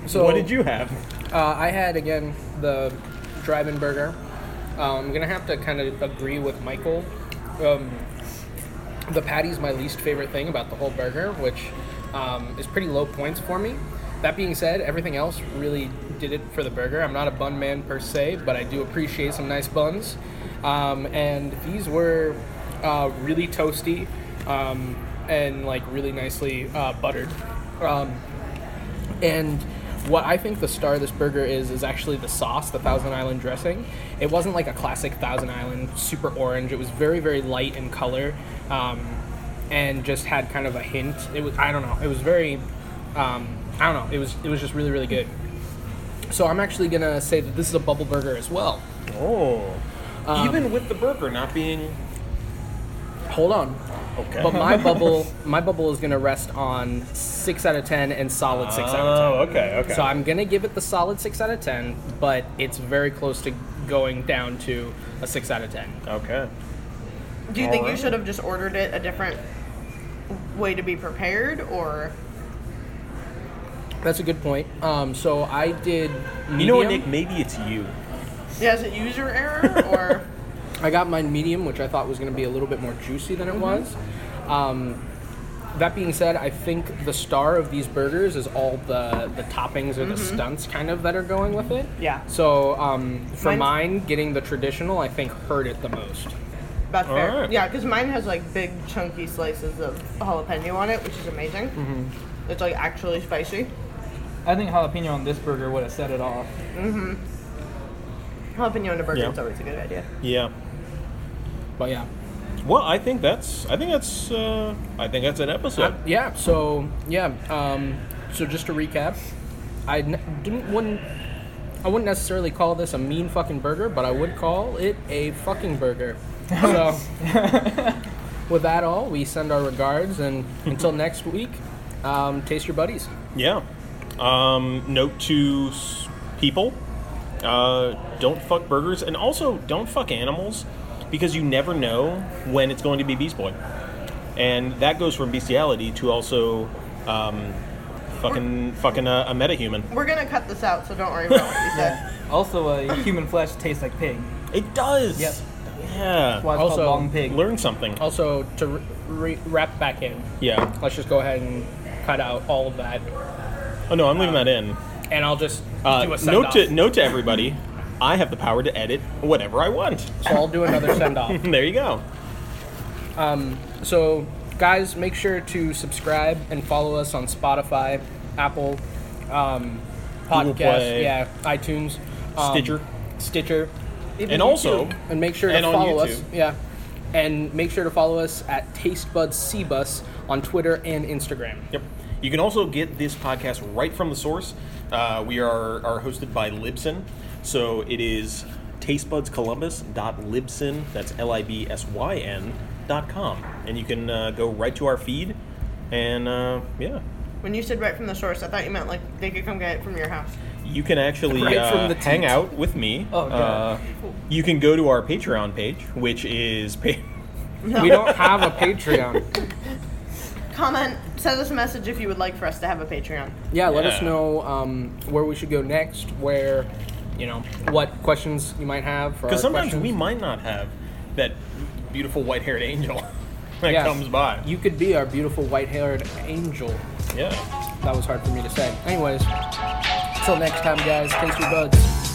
Speaker 5: So,
Speaker 3: what did you have
Speaker 5: Uh, I had again the drive-in burger. Um, I'm gonna have to kind of agree with Michael. Um, the patty's my least favorite thing about the whole burger, which um, is pretty low points for me. That being said, everything else really did it for the burger. I'm not a bun man per se, but I do appreciate some nice buns. Um, and these were uh, really toasty, um, and like really nicely uh, buttered. Um, and what I think the star of this burger is is actually the sauce, the Thousand Island dressing. It wasn't like a classic Thousand Island, super orange. It was very very light in color, um, and just had kind of a hint. It was I don't know. It was very um, I don't know. It was it was just really really good. So I'm actually gonna say that this is a bubble burger as well.
Speaker 3: Oh.
Speaker 5: Um,
Speaker 3: Even with the burger not being
Speaker 5: Hold on.
Speaker 3: okay.
Speaker 5: But my bubble, my bubble is gonna rest on six out of ten and solid six out of ten.
Speaker 3: Oh, okay, okay.
Speaker 5: So I'm gonna give it the solid six out of ten, but it's very close to going down to a six out of ten.
Speaker 3: okay.
Speaker 2: Do you think you
Speaker 3: Alright.
Speaker 2: should have just ordered it a different way to be prepared, or
Speaker 5: That's a good point. Um, so I did. Medium.
Speaker 3: You know what, Nick? Maybe it's you.
Speaker 2: yeah, is it user error or?
Speaker 5: I got mine medium, which I thought was going to be a little bit more juicy than it was. Um, that being said, I think the star of these burgers is all the, the toppings or the stunts kind of that are going with it.
Speaker 2: Yeah.
Speaker 5: So um, for
Speaker 2: Mine's-
Speaker 5: mine, getting the traditional, I think hurt it the most.
Speaker 2: That's fair.
Speaker 3: Alright.
Speaker 2: Yeah, because mine has like big chunky slices of jalapeno on it, which is amazing. Mm-hmm. It's like actually spicy.
Speaker 4: I think jalapeno on this burger would have set it off.
Speaker 2: Jalapeno on a burger
Speaker 3: Yeah.
Speaker 2: is always a good idea.
Speaker 3: Yeah.
Speaker 5: But yeah.
Speaker 3: Well, I think that's I think that's uh, I think that's an episode.
Speaker 5: Yeah. So yeah. Um, so just to recap, I n- didn't wouldn't I wouldn't necessarily call this a mean fucking burger, but I would call it a fucking burger. So with that all, we send our regards and until next week, um, taste your buddies.
Speaker 3: Yeah. Um, note to s- people: uh, don't fuck burgers, and also don't fuck animals, because you never know when it's going to be Beast Boy, and that goes from bestiality to also um, fucking fucking a, a metahuman.
Speaker 2: We're gonna cut this out, so don't worry about what you said.
Speaker 4: Also, uh, human flesh tastes like pig.
Speaker 3: It does.
Speaker 4: Yep.
Speaker 3: Yeah.
Speaker 4: That's why it's
Speaker 5: Also,
Speaker 4: called long pig.
Speaker 3: Learn something.
Speaker 5: Also to re- re- wrap back in,
Speaker 3: Yeah.
Speaker 5: let's just go ahead and cut out all of that,
Speaker 3: Oh no, I'm leaving that in.
Speaker 5: and I'll just
Speaker 3: Uh,
Speaker 5: do a send
Speaker 3: note
Speaker 5: off.
Speaker 3: to note to everybody: I have the power to edit whatever I want.
Speaker 5: so I'll do another send off.
Speaker 3: there you go.
Speaker 5: So, guys, make sure to subscribe and follow us on Spotify, Apple, um,
Speaker 3: Google
Speaker 5: podcast,
Speaker 3: Play.
Speaker 5: yeah, iTunes, um,
Speaker 3: Stitcher.
Speaker 5: Stitcher,
Speaker 2: Even
Speaker 3: And also,
Speaker 2: YouTube.
Speaker 5: and make sure to
Speaker 3: And on
Speaker 5: follow us.
Speaker 3: YouTube.
Speaker 5: Yeah, and make sure to follow us at TasteBudsCBus on Twitter and Instagram.
Speaker 3: Yep. You can also get this podcast right from the source. Uh, we are, are hosted by Libsyn. So it is tastebudcolumbus.libsyn, that's L I B S Y N, dot com. And you can uh, go right to our feed. And uh, yeah,
Speaker 2: when you said right from the source, I thought you meant like they could come get it from your house.
Speaker 3: you can actually
Speaker 5: Right
Speaker 3: uh,
Speaker 5: from the
Speaker 3: hang
Speaker 5: teat.
Speaker 3: out with me.
Speaker 4: Oh,
Speaker 3: Uh,
Speaker 4: God.
Speaker 3: you can go to our Patreon page, which is. Pa-
Speaker 5: We don't have a Patreon.
Speaker 2: Comment, send us a message if you would like for us to have a Patreon.
Speaker 5: Yeah, let us
Speaker 3: Yeah.
Speaker 5: know um, where we should go next. Where, you know, what questions you might have.
Speaker 3: Because sometimes we might not have that beautiful white haired angel that
Speaker 5: Yes.
Speaker 3: comes by.
Speaker 5: You could be our beautiful white-haired angel.
Speaker 3: yeah.
Speaker 5: That was hard for me to say. Anyways, till next time, guys. Taste your buds.